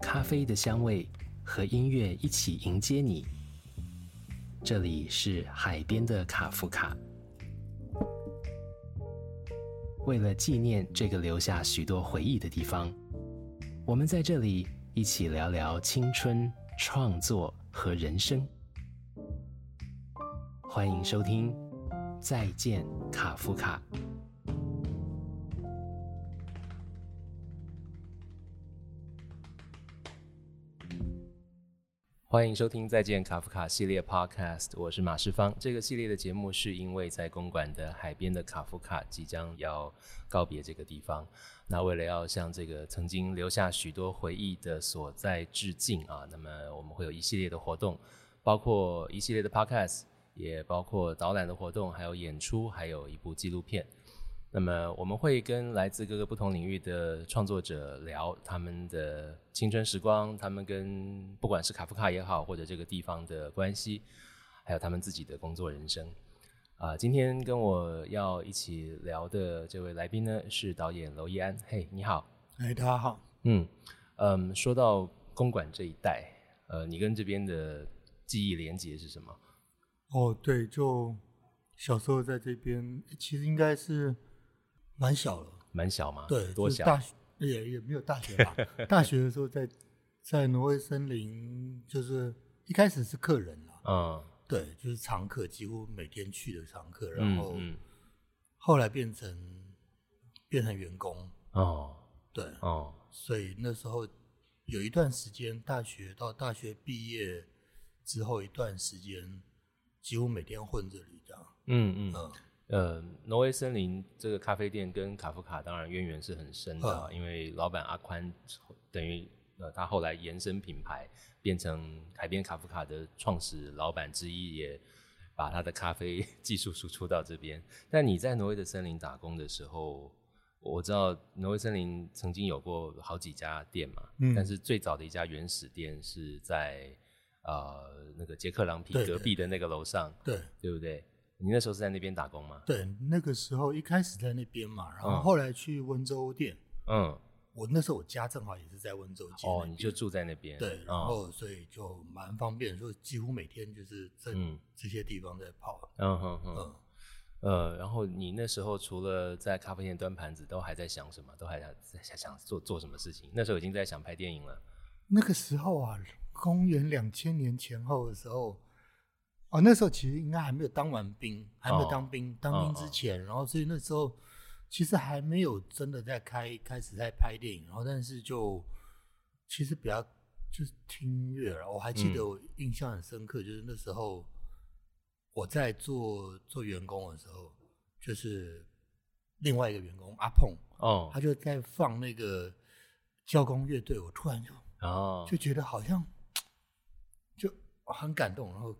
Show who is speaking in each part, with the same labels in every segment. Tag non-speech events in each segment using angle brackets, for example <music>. Speaker 1: 咖啡的香味和音乐一起迎接你。这里是海边的卡夫卡。为了纪念这个留下许多回忆的地方，我们在这里一起聊聊青春、创作和人生。欢迎收听《再见卡夫卡》。欢迎收听《再见卡夫卡》系列 Podcast，我是马世芳。这个系列的节目是因为在公馆的海边的卡夫卡即将要告别这个地方，那为了要向这个曾经留下许多回忆的所在致敬啊，那么我们会有一系列的活动，包括一系列的 Podcast，也包括导览的活动，还有演出，还有一部纪录片。那么我们会跟来自各个不同领域的创作者聊他们的青春时光，他们跟不管是卡夫卡也好，或者这个地方的关系，还有他们自己的工作人生。啊、今天跟我要一起聊的这位来宾呢是导演娄艺安。嘿，你好。
Speaker 2: 哎，大家好，
Speaker 1: 嗯嗯，说到公馆这一带，呃，你跟这边的记忆连结是什么？
Speaker 2: 哦，对，就小时候在这边，其实应该是蛮小的，
Speaker 1: 蛮小吗？
Speaker 2: 对，
Speaker 1: 啊多
Speaker 2: 就是
Speaker 1: 小？
Speaker 2: 大学也也没有大学吧，大学的时候在在挪威森林，就是一开始是客人啦，
Speaker 1: 嗯
Speaker 2: 对，就是常客，几乎每天去的常客，然
Speaker 1: 嗯
Speaker 2: 后
Speaker 1: 嗯，
Speaker 2: 后来变成变成员工，
Speaker 1: 哦
Speaker 2: 对，
Speaker 1: 哦，
Speaker 2: 所以那时候有一段时间，大学到大学毕业之后一段时间，几乎每天混这里这样，
Speaker 1: 嗯嗯。
Speaker 2: 嗯。
Speaker 1: 呃，挪威森林这个咖啡店跟卡夫卡当然渊源是很深
Speaker 2: 嗯
Speaker 1: 的啊，因为老板阿宽等于呃他后来延伸品牌，变成海边卡夫卡的创始老板之一，也把他的咖啡 <laughs> 技术输出到这边。但你在挪威的森林打工的时候，我知道挪威森林曾经有过好几家店嘛，
Speaker 2: 嗯
Speaker 1: 但是最早的一家原始店是在呃那个杰克朗皮
Speaker 2: 对
Speaker 1: 隔
Speaker 2: 对
Speaker 1: 壁的那个楼上，
Speaker 2: 对
Speaker 1: 对不对？你那时候是在那边打工吗？
Speaker 2: 对，那个时候一开始在那边嘛，然后
Speaker 1: 嗯
Speaker 2: 后来去温州店，
Speaker 1: 嗯，
Speaker 2: 我那时候我家正好也是在温州街那
Speaker 1: 哦，
Speaker 2: 边
Speaker 1: 你就住在那边，
Speaker 2: 对，然
Speaker 1: 哦，
Speaker 2: 后所以就蛮方便，说几乎每天就是在
Speaker 1: 嗯
Speaker 2: 这些地方在跑，
Speaker 1: 嗯哼哼，
Speaker 2: 嗯，
Speaker 1: 呃，然后你那时候除了在咖啡店端盘子，都还在想什么？都还在在想想做做什么事情？那时候已经在想拍电影了，
Speaker 2: 那个时候啊，公元两千年前后的时候，哦，那时候其实应该还没有当完兵，还没有
Speaker 1: 哦
Speaker 2: 当兵，当兵之前，然后所以那时候其实还没有真的在开开始在拍电影，然后但是就其实比较就是听音乐了。我还记
Speaker 1: 嗯
Speaker 2: 得我印象很深刻，就是那时候我在做做员工的时候，就是另外一个员工阿碰，
Speaker 1: 哦
Speaker 2: 他，就在放那个交工乐队，我突然就。
Speaker 1: 然后
Speaker 2: 就觉得好像就很感动，然后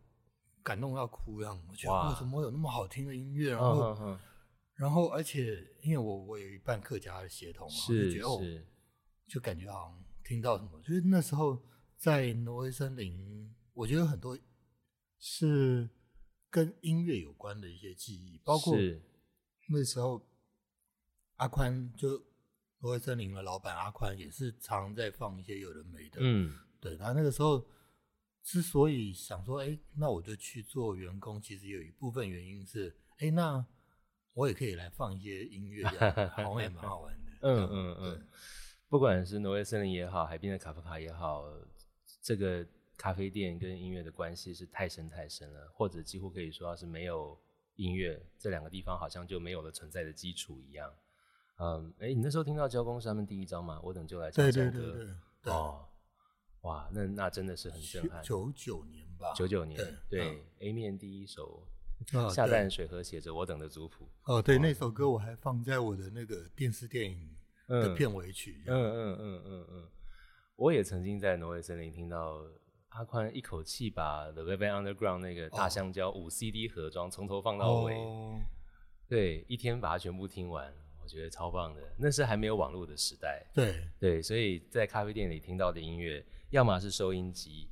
Speaker 2: 感动到哭一样。我觉
Speaker 1: 哇
Speaker 2: 得为什哦么会有那么好听的音乐？然
Speaker 1: 嗯
Speaker 2: 后，
Speaker 1: 哼哼，
Speaker 2: 然后而且因为我我有一半客家的血统嘛，我就是觉得哦，
Speaker 1: 是，
Speaker 2: 就感觉好像听到什么。就是那时候在挪威森林，我觉得很多是跟音乐有关的一些记忆，包括
Speaker 1: 是
Speaker 2: 那时候阿宽就挪威森林的老板阿宽也是常在放一些有的没的，
Speaker 1: 嗯
Speaker 2: 对，他那个时候之所以想说，哎，那我就去做员工，其实有一部分原因是，哎，那我也可以来放一些音乐这样，好像也蛮好玩的。
Speaker 1: <laughs>
Speaker 2: <laughs>
Speaker 1: 嗯嗯嗯，不管是挪威森林也好，海边的卡夫卡也好，这个咖啡店跟音乐的关系是太深太深了，或者几乎可以说是没有音乐这两个地方好像就没有了存在的基础一样。嗯，哎，你那时候听到交工是他们第一张吗？我等就来唱
Speaker 2: 对
Speaker 1: 这首
Speaker 2: 对对
Speaker 1: 歌。
Speaker 2: 对对，
Speaker 1: 哦，哇，那那真的是很震撼。
Speaker 2: 九九年吧，
Speaker 1: 九九年，
Speaker 2: 对
Speaker 1: 对、A 面第一首
Speaker 2: 啊
Speaker 1: 《下
Speaker 2: 对
Speaker 1: 淡水河》写着我等的族谱。
Speaker 2: 哦，对，那首歌我还放在我的那个电视电影的
Speaker 1: 嗯
Speaker 2: 片尾曲这样，
Speaker 1: 嗯嗯嗯嗯嗯，我也曾经在挪威森林听到阿宽一口气把《The Living Underground》那个大香蕉五 CD 盒装从头放到尾，
Speaker 2: 哦，
Speaker 1: 对，一天把它全部听完，我觉得超棒的。那是还没有网络的时代，
Speaker 2: 对
Speaker 1: 对，所以在咖啡店里听到的音乐，要么是收音机，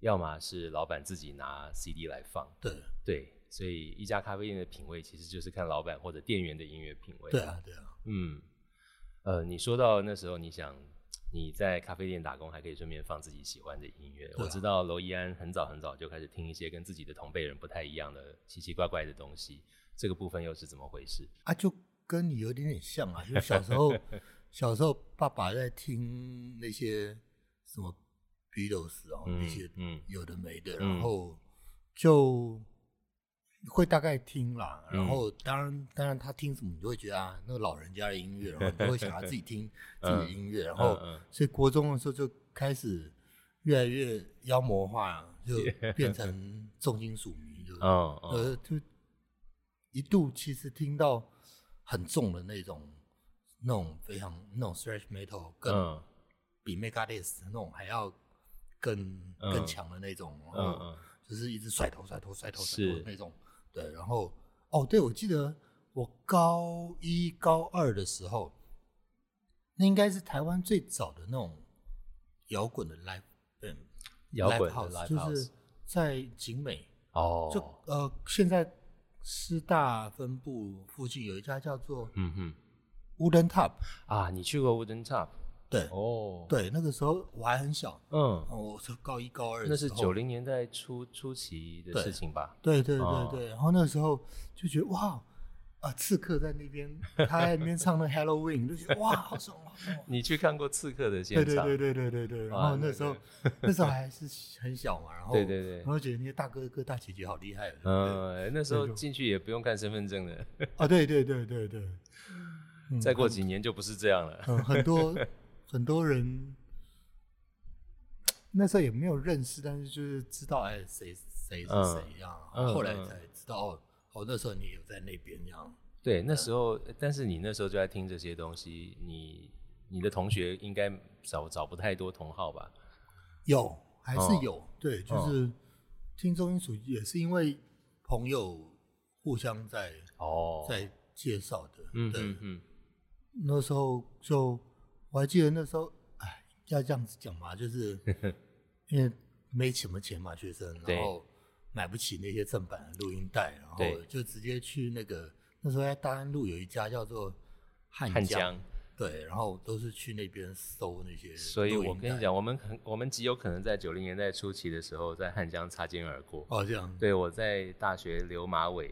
Speaker 1: 要么是老板自己拿 CD 来放，
Speaker 2: 对
Speaker 1: 对。所以一家咖啡店的品味，其实就是看老板或者店员的音乐品味。
Speaker 2: 对啊对啊，
Speaker 1: 嗯，呃，你说到那时候你想，你在咖啡店打工，还可以顺便放自己喜欢的音乐。
Speaker 2: 啊
Speaker 1: 我知道娄艺安很早很早就开始听一些跟自己的同辈人不太一样的奇奇怪怪的东西，这个部分又是怎么回事？
Speaker 2: 啊，就跟你有点点像啊，就小
Speaker 1: <laughs>
Speaker 2: 时候小时候爸爸在听那些什么 Beatles 哦，那些
Speaker 1: 嗯
Speaker 2: 有的没的，
Speaker 1: 嗯
Speaker 2: 然后就会大概听啦。
Speaker 1: 嗯
Speaker 2: 然后当然当然他听什么，你就会觉得啊，那个老人家的音乐，然后你就会想要自己
Speaker 1: <laughs>
Speaker 2: 听自己的音乐，然后
Speaker 1: 嗯
Speaker 2: 所以国中的时候就开始越来越妖魔化，
Speaker 1: <laughs>
Speaker 2: 就变成重金属迷，就
Speaker 1: 嗯嗯
Speaker 2: 呃，就一度其实听到很重的那种，那种非常那种 thrash metal，更、
Speaker 1: 嗯
Speaker 2: 比 Megadeth 那种还要更、
Speaker 1: 嗯
Speaker 2: 更强的那种，然
Speaker 1: 嗯
Speaker 2: 后
Speaker 1: 嗯，
Speaker 2: 就是一直甩头甩头甩头甩头
Speaker 1: 是
Speaker 2: 的那种。对，然后哦，对，我记得我高一高二的时候，那应该是台湾最早的那种摇滚的 live band，
Speaker 1: 摇滚
Speaker 2: live
Speaker 1: 的
Speaker 2: house，
Speaker 1: live
Speaker 2: 就
Speaker 1: house
Speaker 2: 是在景美。
Speaker 1: 哦，
Speaker 2: 就呃，现在师大分部附近有一家叫做
Speaker 1: 嗯哼
Speaker 2: Wooden Top，
Speaker 1: 啊，你去过 Wooden Top
Speaker 2: 对、
Speaker 1: 哦？，
Speaker 2: 对，那个时候我还很小，
Speaker 1: 嗯，
Speaker 2: 哦我是高一高二，
Speaker 1: 那是九
Speaker 2: 零，
Speaker 1: 零年代初初期的
Speaker 2: 对
Speaker 1: 事情吧？
Speaker 2: 对对
Speaker 1: 哦
Speaker 2: 对对，然后那时候就觉得哇。啊！刺客在那边，他在那边唱那 Halloween，就觉得哇，好爽，好爽！
Speaker 1: 你去看过刺客的现
Speaker 2: 对
Speaker 1: 场？
Speaker 2: 对对对对对对。然
Speaker 1: 哇
Speaker 2: 后
Speaker 1: 那
Speaker 2: 那时候，那时候还是很小嘛，然后
Speaker 1: <laughs> 对对对
Speaker 2: 然后觉得那些大哥哥大姐姐好厉害哦。
Speaker 1: 嗯，那时候
Speaker 2: 对
Speaker 1: 进去也不用看身份证的，
Speaker 2: 啊，对对对对对。嗯
Speaker 1: 再过几年就不是这样了。
Speaker 2: 嗯，很多很多人那时候也没有认识，但是就是知道哎，谁谁是
Speaker 1: 嗯
Speaker 2: 谁一样，
Speaker 1: 嗯
Speaker 2: 后来
Speaker 1: 嗯
Speaker 2: 才知道哦，哦，那时候你有在那边这样。
Speaker 1: 对，那时候，但是你那时候就在听这些东西，你你的同学应该找找不太多同好吧？
Speaker 2: 有还
Speaker 1: 哦
Speaker 2: 是有，对，就是听中音属也是因为朋友互相在
Speaker 1: 哦，
Speaker 2: 在介绍的，
Speaker 1: 嗯
Speaker 2: 对，
Speaker 1: 嗯嗯，
Speaker 2: 那时候就我还记得那时候，哎，要这样子讲嘛，就是
Speaker 1: <laughs>
Speaker 2: 因为没什么钱嘛，学生，
Speaker 1: 对
Speaker 2: 然后买不起那些正版的录音带，然后
Speaker 1: 对
Speaker 2: 就直接去那个那时候在大安路有一家叫做汉
Speaker 1: 汉
Speaker 2: 江，
Speaker 1: 江。
Speaker 2: 对，然后都是去那边搜那些录音带，
Speaker 1: 所以我跟你讲，我们很我们极有可能在九零年代初期的时候，在汉江擦肩而过。
Speaker 2: 哦，这样，
Speaker 1: 对，我在大学留马尾，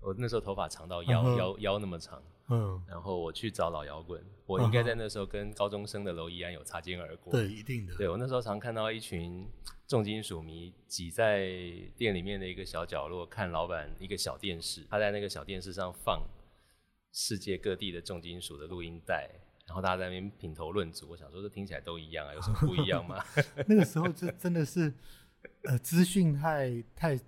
Speaker 1: 我那时候头发长到腰、
Speaker 2: 嗯哼
Speaker 1: 腰腰那么长，
Speaker 2: 嗯，
Speaker 1: 然后我去找老摇滚，我应该在那时候跟高中生的娄艺安有擦肩而过。
Speaker 2: 对，一定的，
Speaker 1: 对我那时候常看到一群重金属迷挤在店里面的一个小角落，看老板一个小电视，他在那个小电视上放世界各地的重金属的录音带，然后大家在那边品头论足。我想说，这听起来都一样啊，有什么不一样吗？
Speaker 2: <laughs> 那个时候就真的是，呃，资讯太太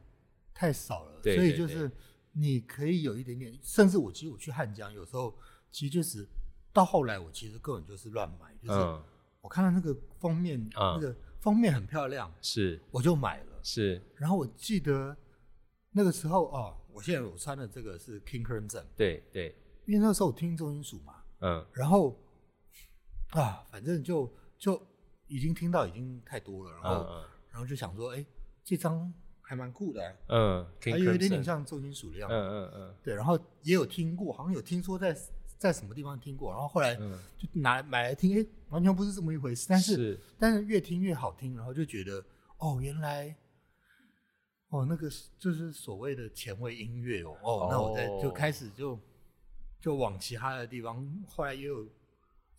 Speaker 2: 太少了，
Speaker 1: 对
Speaker 2: 所以
Speaker 1: 对
Speaker 2: 就
Speaker 1: 对
Speaker 2: 是你可以有一点点，甚至我其实我去汉江，有时候其实就是到后来我其实根本就是乱买，就是
Speaker 1: 嗯，
Speaker 2: 我看到那个封面，
Speaker 1: 嗯
Speaker 2: 那个封面很漂亮，
Speaker 1: 是
Speaker 2: 我就买了。
Speaker 1: 是，
Speaker 2: 然后我记得那个时候哦，我现在我穿的这个是 King Crimson，
Speaker 1: 对对，
Speaker 2: 因为那时候我听重金属嘛，
Speaker 1: 嗯
Speaker 2: 然后啊，反正就就已经听到已经太多了，然后。
Speaker 1: 嗯
Speaker 2: 然后就想说，哎，这张还蛮酷的、啊，
Speaker 1: 嗯，
Speaker 2: 还
Speaker 1: King
Speaker 2: 有一点
Speaker 1: Crimson
Speaker 2: 点像重金属的
Speaker 1: 嗯
Speaker 2: 样子。
Speaker 1: 嗯嗯
Speaker 2: 对，然后也有听过，好像有听说在在什么地方听过，然后后来
Speaker 1: 嗯，
Speaker 2: 就拿买来听，哎，完全不是这么一回 <laughs> 事。但是
Speaker 1: 是
Speaker 2: 但是越听越好听，然后就觉得，哦，原来。哦，那个是就是所谓的前卫音乐哦，哦，那我在
Speaker 1: 哦
Speaker 2: 就开始就就往其他的地方，后来也有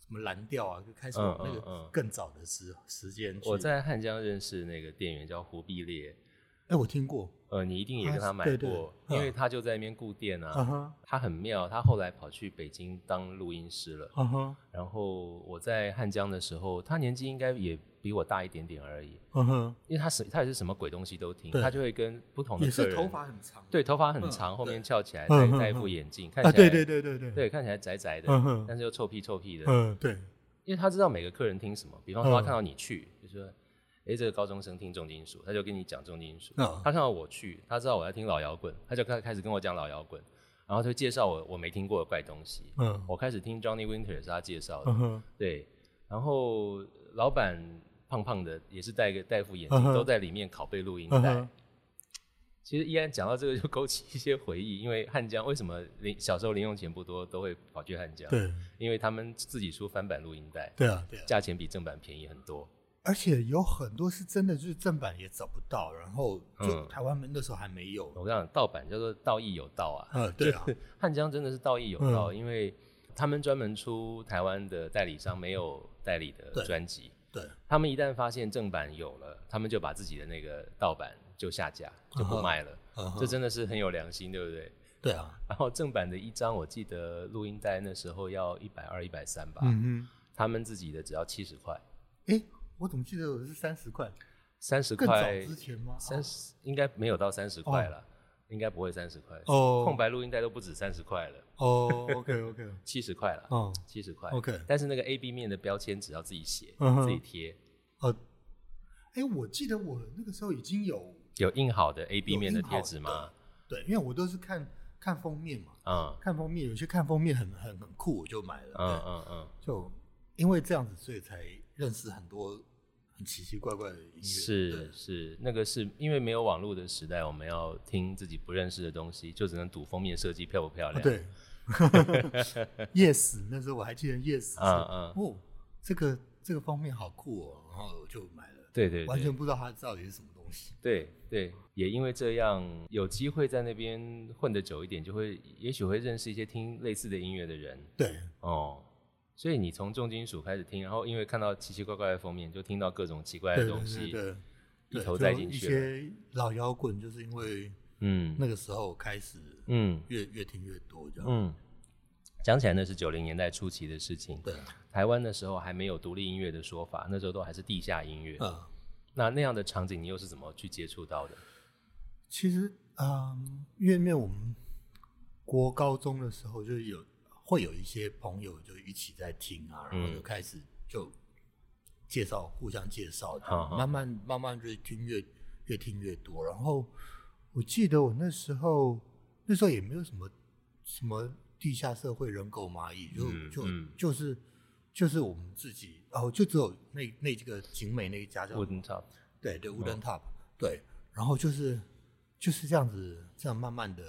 Speaker 2: 什么蓝调啊，就开始往那
Speaker 1: 嗯嗯嗯
Speaker 2: 个更早的时时间去。
Speaker 1: 我在汉江认识那个店员叫胡必烈，
Speaker 2: 哎，我听过，
Speaker 1: 呃，你一定也
Speaker 2: 啊
Speaker 1: 跟他买
Speaker 2: 对对
Speaker 1: 过，
Speaker 2: 嗯
Speaker 1: 因为他就在那边顾店啊。
Speaker 2: 啊哈，
Speaker 1: 他很妙，他后来跑去北京当录音师了。
Speaker 2: 啊哈，
Speaker 1: 然后我在汉江的时候，他年纪应该也比我大一点点而已，
Speaker 2: 嗯哼，
Speaker 1: 因为他是他也是什么鬼东西都听，
Speaker 2: 对
Speaker 1: 他就会跟不同的
Speaker 2: 也
Speaker 1: 客
Speaker 2: 是
Speaker 1: 人，
Speaker 2: 头发很长，
Speaker 1: 对头发很
Speaker 2: 嗯
Speaker 1: 长，后面
Speaker 2: 对
Speaker 1: 翘起来，
Speaker 2: 嗯
Speaker 1: 戴
Speaker 2: 嗯
Speaker 1: 戴一
Speaker 2: 嗯
Speaker 1: 副眼镜，看起
Speaker 2: 啊，
Speaker 1: 来
Speaker 2: 对对对对对，
Speaker 1: 对看起来宅宅的
Speaker 2: 嗯，哼
Speaker 1: 但是又臭屁臭屁的，
Speaker 2: 嗯对，
Speaker 1: 因为他知道每个客人听什么，比方说他
Speaker 2: 嗯
Speaker 1: 看到你去，就说。诶，这个高中生听重金属，他就跟你讲重金属。
Speaker 2: 嗯
Speaker 1: 他看到我去，他知道我在听老摇滚，他就开开始跟我讲老摇滚，然后就介绍我我没听过的怪东西。
Speaker 2: 嗯
Speaker 1: 我开始听 Johnny Winter 是他介绍的，
Speaker 2: 嗯哼，
Speaker 1: 对，然后老板胖胖的，也是戴个戴副眼镜，
Speaker 2: 嗯哼
Speaker 1: 都在里面拷贝录音
Speaker 2: 嗯
Speaker 1: 带
Speaker 2: 哼。
Speaker 1: 其实依然讲到这个，就勾起一些回忆，因为汉江为什么零小时候零用钱不多，都会跑去汉江？，
Speaker 2: 对
Speaker 1: 因为他们自己出翻版录音带，
Speaker 2: 对啊，对啊。
Speaker 1: 价钱比正版便宜很多。
Speaker 2: 而且有很多是真的，就是正版也找不到，然后就
Speaker 1: 嗯
Speaker 2: 台湾那时候还没有。
Speaker 1: 我跟你讲，盗版叫做盗亦有道啊，
Speaker 2: 呃，对啊，
Speaker 1: <laughs>
Speaker 2: 嗯
Speaker 1: 汉江真的是道义有道，因为他们专门出台湾的代理商没有代理的
Speaker 2: 对
Speaker 1: 专辑， <laughs>
Speaker 2: 对，
Speaker 1: 他们一旦发现正版有了，他们就把自己的那个盗版就下架，就不卖了。
Speaker 2: 嗯哼
Speaker 1: 这真的是很有良心，对不对？
Speaker 2: 对啊，
Speaker 1: 然后正版的一张，我记得录音带那时候要一百二、一百三吧，
Speaker 2: 嗯哼，
Speaker 1: 他们自己的只要七十块，
Speaker 2: 哎，我怎么记得我是三十块？
Speaker 1: 三十
Speaker 2: 更早
Speaker 1: 块，
Speaker 2: 之前吗？
Speaker 1: 三十应该没有到三十块了，应该不会三十块。
Speaker 2: 哦
Speaker 1: 空白录音带都不止三十块了，
Speaker 2: 哦
Speaker 1: <laughs>
Speaker 2: ，OK OK，
Speaker 1: 七十块了。
Speaker 2: 哦
Speaker 1: 七十块
Speaker 2: OK
Speaker 1: 但是那个 A B 面的标签只要自己写、
Speaker 2: 嗯哼
Speaker 1: 自己贴，
Speaker 2: 哦，哎，我记得我那个时候已经有
Speaker 1: 有印好的 A B
Speaker 2: 有
Speaker 1: 面的
Speaker 2: 印好
Speaker 1: 贴纸吗？
Speaker 2: 对，因为我都是看看封面嘛，
Speaker 1: 嗯
Speaker 2: 看封面，有些看封面很很很酷，我就买了。
Speaker 1: 嗯
Speaker 2: 对，
Speaker 1: 嗯嗯，
Speaker 2: 就因为这样子，所以才认识很多很奇奇怪怪的音乐。
Speaker 1: 是
Speaker 2: 对，
Speaker 1: 是，那个是因为没有网络的时代，我们要听自己不认识的东西，就只能赌封面设计漂不漂
Speaker 2: 啊
Speaker 1: 亮。，
Speaker 2: 对。yes，那时候我还记得 yes，是
Speaker 1: 嗯嗯
Speaker 2: 哦，这个这个封面好酷哦，然后我就买了，
Speaker 1: 对对
Speaker 2: 完
Speaker 1: 对
Speaker 2: 全不知道它到底是什么东西。
Speaker 1: 对对，也因为这样，有机会在那边混得久一点，就会也许会认识一些听类似的音乐的人
Speaker 2: 对，
Speaker 1: 哦。所以你从重金属开始听，然后因为看到奇奇怪怪的封面，就听到各种奇怪
Speaker 2: 对
Speaker 1: 的
Speaker 2: 对
Speaker 1: 东
Speaker 2: 对
Speaker 1: 西，
Speaker 2: 对，
Speaker 1: 一
Speaker 2: 对
Speaker 1: 头
Speaker 2: 就
Speaker 1: 栽进
Speaker 2: 一
Speaker 1: 去了。
Speaker 2: 些老摇滚就是因为
Speaker 1: 嗯，
Speaker 2: 那个时候开始
Speaker 1: 嗯
Speaker 2: 越越听越多这样。
Speaker 1: 嗯，讲起来那是九零年代初期的事情。
Speaker 2: 对，啊
Speaker 1: 台湾的时候还没有独立音乐的说法，那时候都还是地下音乐。
Speaker 2: 嗯。
Speaker 1: 那那样的场景，你又是怎么去接触到的？
Speaker 2: 其实，嗯，因为因为我们国高中的时候就有会有一些朋友就一起在听啊，
Speaker 1: 嗯
Speaker 2: 然后就开始就介绍，互相介绍，
Speaker 1: 好好
Speaker 2: 慢慢慢慢就听越越听越多。然后我记得我那时候那时候也没有什么什么地下社会人狗蚂蚁，就、
Speaker 1: 嗯
Speaker 2: 就、
Speaker 1: 嗯
Speaker 2: 就是就是我们自己哦，就只有那那几个景美那一家叫
Speaker 1: 我你知道，
Speaker 2: 对
Speaker 1: 嗯
Speaker 2: 对，wooden top，、对，然后就是就是这样子，这样慢慢的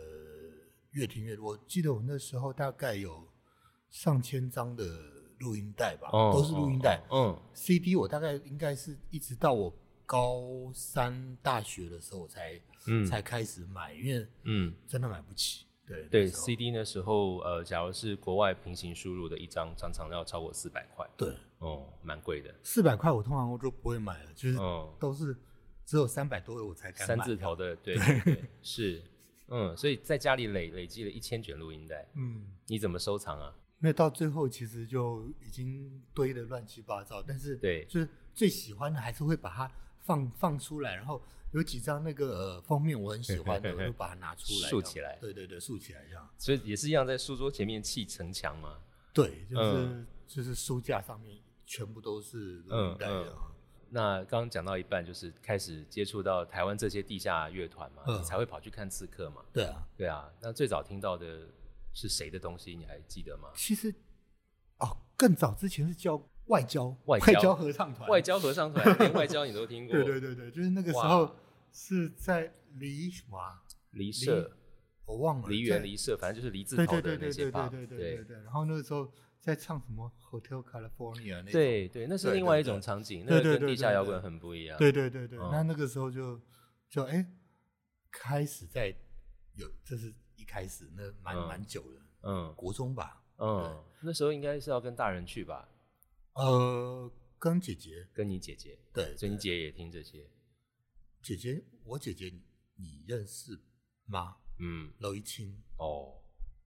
Speaker 2: 越听越多。我记得我那时候大概有上千张的录音带吧，
Speaker 1: 哦
Speaker 2: 啊都是录音带。
Speaker 1: 哦
Speaker 2: CD 我大概应该是一直到我高三大学的时候我才、
Speaker 1: 嗯
Speaker 2: 才开始买，因为
Speaker 1: 嗯嗯，
Speaker 2: 真的买不起。对
Speaker 1: 对
Speaker 2: 那时候
Speaker 1: ，CD 那时候，呃，假如是国外平行输入的一张，常常要超过四百块，
Speaker 2: 对，
Speaker 1: 哦，蛮贵的。
Speaker 2: 四百块我通常我就不会买了，就是
Speaker 1: 哦，
Speaker 2: 都是只有三百多的我才敢买。
Speaker 1: 三字头的，对对对，是，嗯，所以在家里累累积了一千卷录音带，
Speaker 2: 嗯。
Speaker 1: 你怎么收藏啊？
Speaker 2: 那到最后其实就已经堆得乱七八糟，但是
Speaker 1: 对
Speaker 2: 就是最喜欢的还是会把它放放出来，然后有几张那个、呃、封面我很喜欢
Speaker 1: <laughs>
Speaker 2: 的，我就把它拿出来这样
Speaker 1: 竖起来
Speaker 2: 对对对，竖起来这样。
Speaker 1: 所以也是一样，在书桌前面砌城墙嘛。
Speaker 2: 对，就是、
Speaker 1: 嗯
Speaker 2: 就是书架上面全部都是录音带
Speaker 1: 嗯
Speaker 2: 这样。啊
Speaker 1: 那刚刚讲到一半，就是开始接触到台湾这些地下乐团嘛，
Speaker 2: 嗯
Speaker 1: 你才会跑去看刺客嘛。
Speaker 2: 对啊，
Speaker 1: 对啊，那最早听到的是谁的东西？你还记得吗？
Speaker 2: 其实哦，更早之前是教外交
Speaker 1: 外交
Speaker 2: 交合唱
Speaker 1: <laughs>
Speaker 2: 团，
Speaker 1: 外交合唱团，连外交你都听过。
Speaker 2: <laughs> 对对对对，就是那个时
Speaker 1: 哇
Speaker 2: 候是在离什么啊、
Speaker 1: 离社、
Speaker 2: 我忘了，
Speaker 1: 离
Speaker 2: 在
Speaker 1: 园、离社，反正就是离字
Speaker 2: 对
Speaker 1: 头的
Speaker 2: 对对
Speaker 1: 那
Speaker 2: 对
Speaker 1: 些
Speaker 2: 对
Speaker 1: 吧。
Speaker 2: 对对对对对。然后那个时候在唱什么 Hotel California 那种
Speaker 1: 对对，那是
Speaker 2: 对
Speaker 1: 另
Speaker 2: 对
Speaker 1: 外一
Speaker 2: 对
Speaker 1: 种场景，
Speaker 2: 对
Speaker 1: 那
Speaker 2: 对
Speaker 1: 个跟
Speaker 2: 对
Speaker 1: 地
Speaker 2: 对
Speaker 1: 下摇
Speaker 2: 对
Speaker 1: 滚很不一样。
Speaker 2: 对对对对。
Speaker 1: 嗯
Speaker 2: 那那个时候就就哎，开始在有，这是一开始那蛮
Speaker 1: 嗯
Speaker 2: 蛮久的，
Speaker 1: 嗯
Speaker 2: 国中吧，
Speaker 1: 嗯，那时候应该是要跟大人去吧，
Speaker 2: 呃，跟姐姐，
Speaker 1: 跟你姐姐，
Speaker 2: 对，
Speaker 1: 所以你
Speaker 2: 对
Speaker 1: 姐也听这些。
Speaker 2: 姐姐，我姐姐你认识吗？
Speaker 1: 嗯，
Speaker 2: 娄一清
Speaker 1: 哦，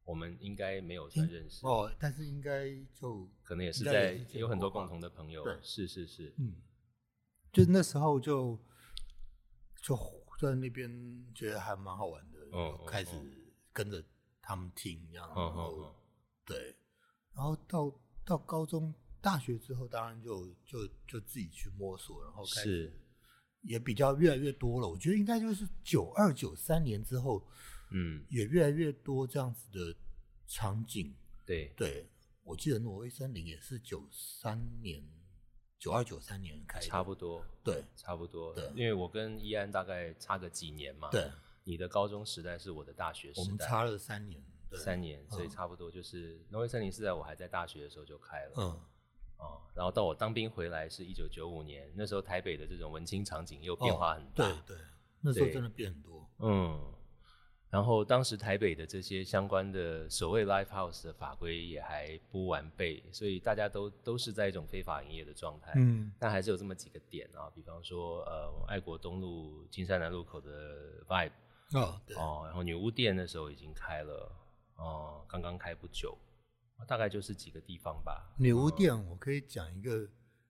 Speaker 1: 我们应该没有算认识，
Speaker 2: 哦，但是应该就
Speaker 1: 可能也是
Speaker 2: 应该
Speaker 1: 在
Speaker 2: 也是见
Speaker 1: 有很多
Speaker 2: 过
Speaker 1: 共
Speaker 2: 吧
Speaker 1: 同的朋友
Speaker 2: 对。
Speaker 1: 是是是，
Speaker 2: 嗯，就那时候就就在那边觉得还蛮好玩的，
Speaker 1: 嗯
Speaker 2: 就开始跟着他们听这样，
Speaker 1: 嗯
Speaker 2: 然
Speaker 1: 嗯
Speaker 2: 后、
Speaker 1: 嗯。
Speaker 2: 对，然后到到高中、大学之后，当然就就就自己去摸索，然后开始
Speaker 1: 是
Speaker 2: 也比较越来越多了。我觉得应该就是九二九三年之后，
Speaker 1: 嗯，
Speaker 2: 也越来越多这样子的场景。
Speaker 1: 对，
Speaker 2: 对，我记得挪威森林也是九三年。九二九三年开的，
Speaker 1: 差不多，
Speaker 2: 对
Speaker 1: 差不多
Speaker 2: 对。
Speaker 1: 因为我跟依安大概差个几年嘛，
Speaker 2: 对，
Speaker 1: 你的高中时代是我的大学
Speaker 2: 我
Speaker 1: 时
Speaker 2: 们
Speaker 1: 代，
Speaker 2: 差了三年，对，
Speaker 1: 三年，所以
Speaker 2: 嗯
Speaker 1: 差不多就是挪威森林是在我还在大学的时候就开了，
Speaker 2: 嗯，
Speaker 1: 哦，然后到我当兵回来是一九九五年，那时候台北的这种文青场景又变化很大，
Speaker 2: 哦对对，那时候
Speaker 1: 对
Speaker 2: 真的变很多，
Speaker 1: 嗯，然后当时台北的这些相关的所谓 live house 的法规也还不完备，所以大家都都是在一种非法营业的状态，
Speaker 2: 嗯
Speaker 1: 但还是有这么几个点啊，比方说呃爱国东路金山南路口的 vibe
Speaker 2: 哦对，
Speaker 1: 哦，然后女巫店那时候已经开了，哦、刚刚开不久，大概就是几个地方吧。
Speaker 2: 女巫店我可以讲一个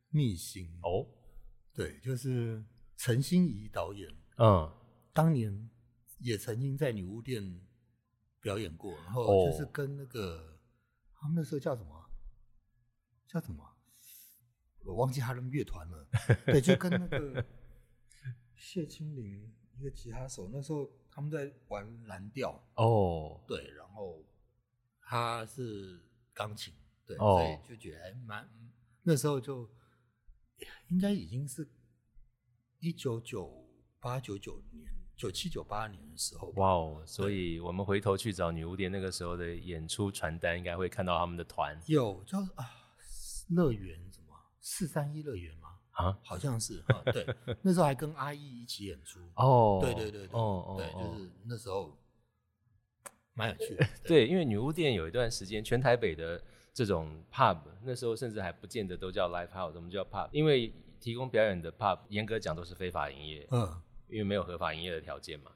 Speaker 2: 秘辛，
Speaker 1: 哦，
Speaker 2: 对，就是陈欣怡导演
Speaker 1: 嗯，
Speaker 2: 当年也曾经在女巫店表演过，然
Speaker 1: 哦
Speaker 2: 后就是跟那个他们那时候叫什么啊，叫什么啊，我忘记他们乐团了，对，就跟那个谢清林一个吉他手，那时候他们在玩蓝调，
Speaker 1: 哦，
Speaker 2: 对，然后他是钢琴，对，
Speaker 1: 哦
Speaker 2: 所以就觉得还哎蛮那时候就应该已经是一九九八九九年、九七九八年的时候吧。
Speaker 1: 哇哦！所以我们回头去找女巫店那个时候的演出传单，应该会看到他们的团
Speaker 2: 有叫啊乐园什么四三一乐园吗？
Speaker 1: 啊。
Speaker 2: 好像是啊，
Speaker 1: <laughs>
Speaker 2: 对，那时候还跟阿义一起演出。
Speaker 1: 哦，
Speaker 2: 对对对对，
Speaker 1: 哦哦，
Speaker 2: 对，
Speaker 1: 哦
Speaker 2: 就是那时候蛮有
Speaker 1: <laughs>
Speaker 2: 趣的。
Speaker 1: 对，因为女巫店有一段时间，全台北的这种 pub，那时候甚至还不见得都叫 live house，我们叫 pub，因为提供表演的 pub，严格讲都是非法营业，
Speaker 2: 嗯，
Speaker 1: 因为没有合法营业的条件嘛，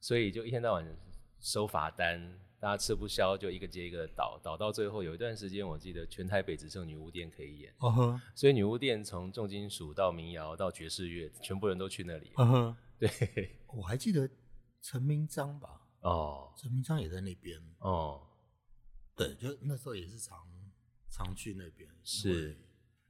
Speaker 1: 所以就一天到晚收罚单，大家吃不消，就一个接一个倒，倒到最后有一段时间，我记得全台北只剩女巫店可以演，
Speaker 2: 嗯哼，
Speaker 1: 所以女巫店从重金属到民谣到爵士乐，全部人都去那里。
Speaker 2: 嗯哼，
Speaker 1: 对，
Speaker 2: 我还记得陈明章吧，
Speaker 1: 哦
Speaker 2: 陈明章也在那边，
Speaker 1: 哦，
Speaker 2: 对，就那时候也是常常去那边，
Speaker 1: 是
Speaker 2: 因为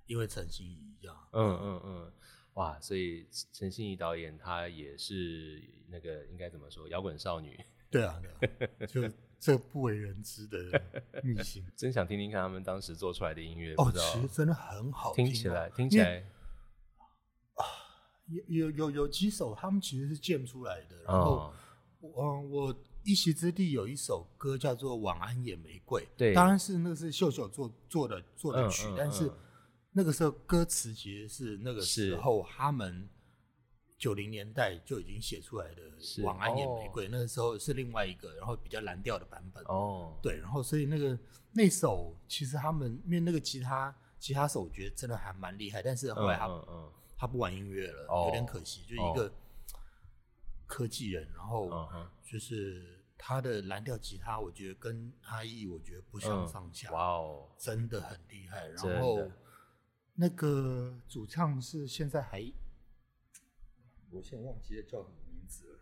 Speaker 2: 因为陈欣怡一样，
Speaker 1: 嗯嗯嗯，哇！所以陈信怡导演她也是那个应该怎么说，摇滚少女。。
Speaker 2: 对啊，对啊就这不为人知的秘辛
Speaker 1: <laughs> 真想听听看他们当时做出来的音乐，
Speaker 2: 哦
Speaker 1: 不，知
Speaker 2: 其实
Speaker 1: 道
Speaker 2: 真的很好
Speaker 1: 听
Speaker 2: 哦
Speaker 1: 起来听起来，嗯
Speaker 2: 有有有有几首他们其实是建出来的，然后
Speaker 1: 哦，
Speaker 2: 我嗯，我一席之地有一首歌叫做《晚安野玫瑰》，
Speaker 1: 对
Speaker 2: 当然是那是秀秀做做的做的
Speaker 1: 嗯
Speaker 2: 曲，
Speaker 1: 嗯
Speaker 2: 但是
Speaker 1: 嗯
Speaker 2: 那个时候歌词其实是那个时
Speaker 1: 是
Speaker 2: 候他们九零年代就已经写出来的
Speaker 1: 是
Speaker 2: 《晚安野
Speaker 1: 哦
Speaker 2: 玫瑰》，那个时候是另外一个，然后比较蓝调的版本。
Speaker 1: 哦，
Speaker 2: 对，然后所以那个那首其实他们因为那个吉他吉他手我觉得真的还蛮厉害，但是后来他、
Speaker 1: 嗯嗯
Speaker 2: 他不玩音乐了，
Speaker 1: 哦
Speaker 2: 有点可惜，就一个科技人，然后。
Speaker 1: 嗯嗯哼，
Speaker 2: 就是他的蓝调吉他，我觉得跟阿义我觉得不相上下，
Speaker 1: 嗯哇哦，
Speaker 2: 真的很厉害。
Speaker 1: 真的
Speaker 2: 然后那个主唱是现在还，我现在忘记了叫什么名字了。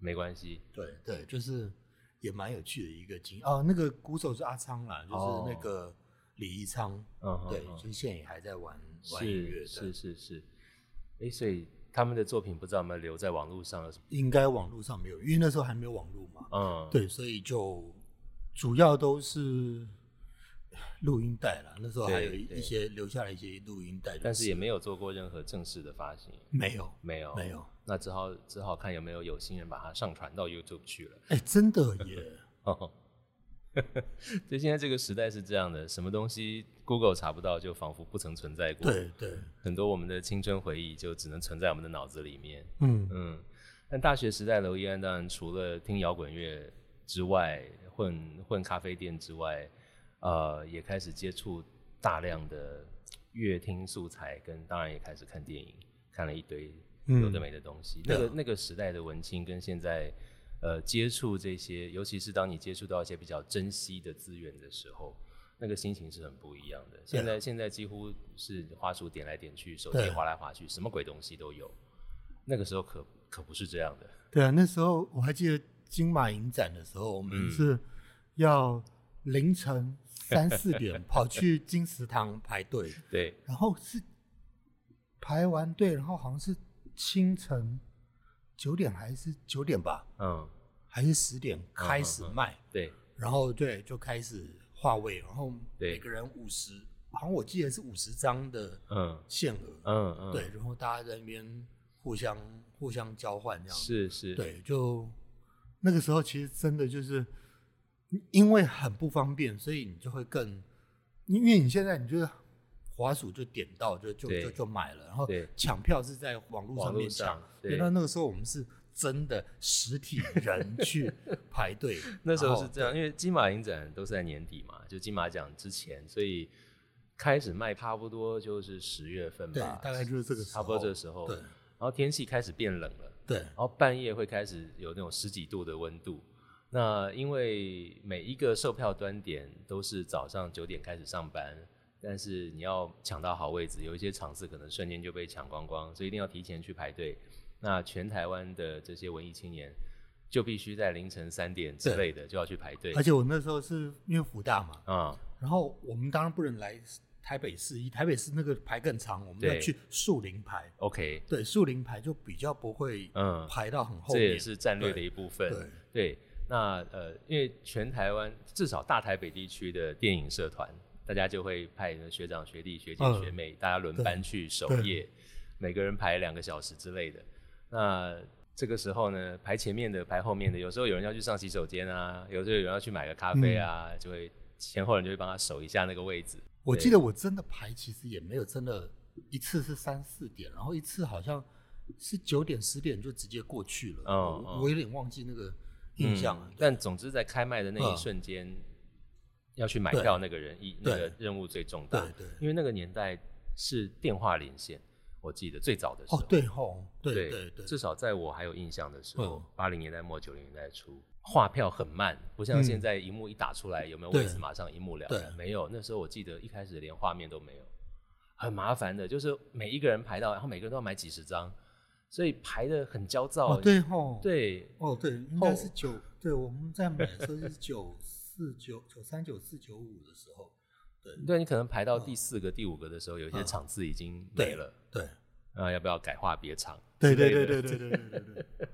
Speaker 1: 没关系，
Speaker 2: 对对，就是也蛮有趣的一个经哦。那个鼓手是阿昌啦，就是那个李一昌，
Speaker 1: 哦嗯哼，
Speaker 2: 对，
Speaker 1: 嗯
Speaker 2: 就是现在也还在玩玩音乐
Speaker 1: 是
Speaker 2: 的，
Speaker 1: 是是是，哎，所以他们的作品不知道有没有留在网络上有什么？
Speaker 2: 应该网络上没有，因为那时候还没有网络嘛。
Speaker 1: 嗯，，
Speaker 2: 对，所以就主要都是录音带啦。那时候还有
Speaker 1: 对
Speaker 2: 一
Speaker 1: 对
Speaker 2: 一些留下来一些录音带，
Speaker 1: 但是也
Speaker 2: 就
Speaker 1: 没有做过任何正式的发行，
Speaker 2: 没有
Speaker 1: 没有，
Speaker 2: 没有。
Speaker 1: 那只好只好看有没有有心人把它上传到 YouTube 去了。
Speaker 2: 哎、真
Speaker 1: <laughs>
Speaker 2: 的耶！
Speaker 1: 哦， <laughs> 所以现在这个时代是这样的，什么东西 Google 查不到，就仿佛不曾存在过。，
Speaker 2: 对对，
Speaker 1: 很多我们的青春回忆就只能存在我们的脑子里面。
Speaker 2: 嗯，
Speaker 1: 嗯，但大学时代，娄艺安当然除了听摇滚乐之外，混混咖啡店之外，呃，也开始接触大量的乐听素材，跟当然也开始看电影，看了一堆有的没的东西。那
Speaker 2: 嗯对
Speaker 1: 个
Speaker 2: 啊
Speaker 1: 那个时代的文青跟现在。呃，接触这些，尤其是当你接触到一些比较珍惜的资源的时候，那个心情是很不一样的。现
Speaker 2: 啊
Speaker 1: 在、现在几乎是花束点来点去，手机
Speaker 2: 对
Speaker 1: 划来划去，什么鬼东西都有。那个时候可可不是这样的。
Speaker 2: 对啊，那时候我还记得金马影展的时候，我
Speaker 1: 嗯
Speaker 2: 们是要凌晨三四
Speaker 1: <laughs>
Speaker 2: 点跑去金石堂排队，
Speaker 1: 对，
Speaker 2: 然后是排完队，然后好像是清晨九点还是九点吧，
Speaker 1: 嗯，
Speaker 2: 还是十点开始
Speaker 1: 嗯嗯嗯
Speaker 2: 卖。
Speaker 1: 对，
Speaker 2: 然后对，就开始划位，然后
Speaker 1: 对
Speaker 2: 每个人五十，好像我记得是五十张的
Speaker 1: 嗯
Speaker 2: 限额，
Speaker 1: 嗯嗯，
Speaker 2: 对，然后大家在那边互相互相交换这样子。
Speaker 1: 是是，，
Speaker 2: 对，就那个时候其实真的就是因为很不方便，所以你就会更，因为你现在你就是滑鼠就点到就就
Speaker 1: 对
Speaker 2: 就就买了，然后
Speaker 1: 对
Speaker 2: 抢票是在网络
Speaker 1: 网
Speaker 2: 上
Speaker 1: 络
Speaker 2: 面抢
Speaker 1: 上。对
Speaker 2: 对，那那个时候我们是真的实体人
Speaker 1: <laughs>
Speaker 2: 去排队，
Speaker 1: 那时候
Speaker 2: 然后
Speaker 1: 是这样，因为金马影展都是在年底嘛，就金马奖之前，所以开始卖差不多就是十月份
Speaker 2: 对，
Speaker 1: 吧，
Speaker 2: 大概就是这个时
Speaker 1: 差
Speaker 2: 候，
Speaker 1: 不多这个时候。
Speaker 2: 对
Speaker 1: 然后天气开始变冷了，
Speaker 2: 对
Speaker 1: 然后半夜会开始有那种十几度的温度。那因为每一个售票端点都是早上九点开始上班，但是你要抢到好位置，有一些场次可能瞬间就被抢光光，所以一定要提前去排队。那全台湾的这些文艺青年就必须在凌晨三点之类的就要去排队
Speaker 2: 而且我那时候是因为福大嘛，
Speaker 1: 啊、
Speaker 2: 然后我们当然不能来台北市，以台北市那个排更长，我们要
Speaker 1: 对
Speaker 2: 去树林排。
Speaker 1: OK，
Speaker 2: 对，树林排就比较不会
Speaker 1: 嗯
Speaker 2: 排到很后
Speaker 1: 这
Speaker 2: 面。
Speaker 1: 也是战略的一部分。
Speaker 2: 对
Speaker 1: 对，那呃，因为全台湾至少大台北地区的电影社团，大家就会派学长、学弟、学姐、
Speaker 2: 嗯
Speaker 1: 学妹，大家轮班去守
Speaker 2: 对
Speaker 1: 夜，每个人排两个小时之类的。那这个时候呢，排前面的，排后面的，有时候有人要去上洗手间啊，有时候有人要去买个咖啡啊，
Speaker 2: 嗯
Speaker 1: 就会前后人就会帮他守一下那个位置。
Speaker 2: 我
Speaker 1: 对
Speaker 2: 记得我真的排，其实也没有真的一次是三四点，然后一次好像是九点十点就直接过去了。
Speaker 1: 嗯
Speaker 2: 我
Speaker 1: 嗯
Speaker 2: 我有点忘记那个印象了
Speaker 1: 嗯。但总之，在开卖的那一
Speaker 2: 嗯
Speaker 1: 瞬间，要去买
Speaker 2: 对
Speaker 1: 票那个人，一那
Speaker 2: 对
Speaker 1: 个任务最重大。
Speaker 2: 对对，
Speaker 1: 因为那个年代是电话连线，我记得最早的时候。
Speaker 2: 哦对吼，对
Speaker 1: 对
Speaker 2: 对对，
Speaker 1: 至少在我还有印象的时候
Speaker 2: 嗯，
Speaker 1: 八零、年代末九零年代初，画票很慢，不像
Speaker 2: 嗯
Speaker 1: 现在荧幕一打出来，有没有
Speaker 2: 对
Speaker 1: 位置马上一目了
Speaker 2: 对
Speaker 1: 然。没有，那时候我记得一开始连画面都没有，很麻烦的，就是每一个人排到，然后每个人都要买几十张，所以排的很焦躁。
Speaker 2: 哦对吼，
Speaker 1: 对
Speaker 2: 哦对，应该
Speaker 1: 后
Speaker 2: 是九，对我们在买的时候是九四九九三九四九五的时候，
Speaker 1: 对，你可能排到第四个、第五个的时候，有一些
Speaker 2: 哦嗯
Speaker 1: 场次已经没
Speaker 2: 对
Speaker 1: 了，
Speaker 2: 对
Speaker 1: 啊，要不要改画别场？
Speaker 2: 对
Speaker 1: 之类
Speaker 2: 对
Speaker 1: 的
Speaker 2: 对对对对对对对，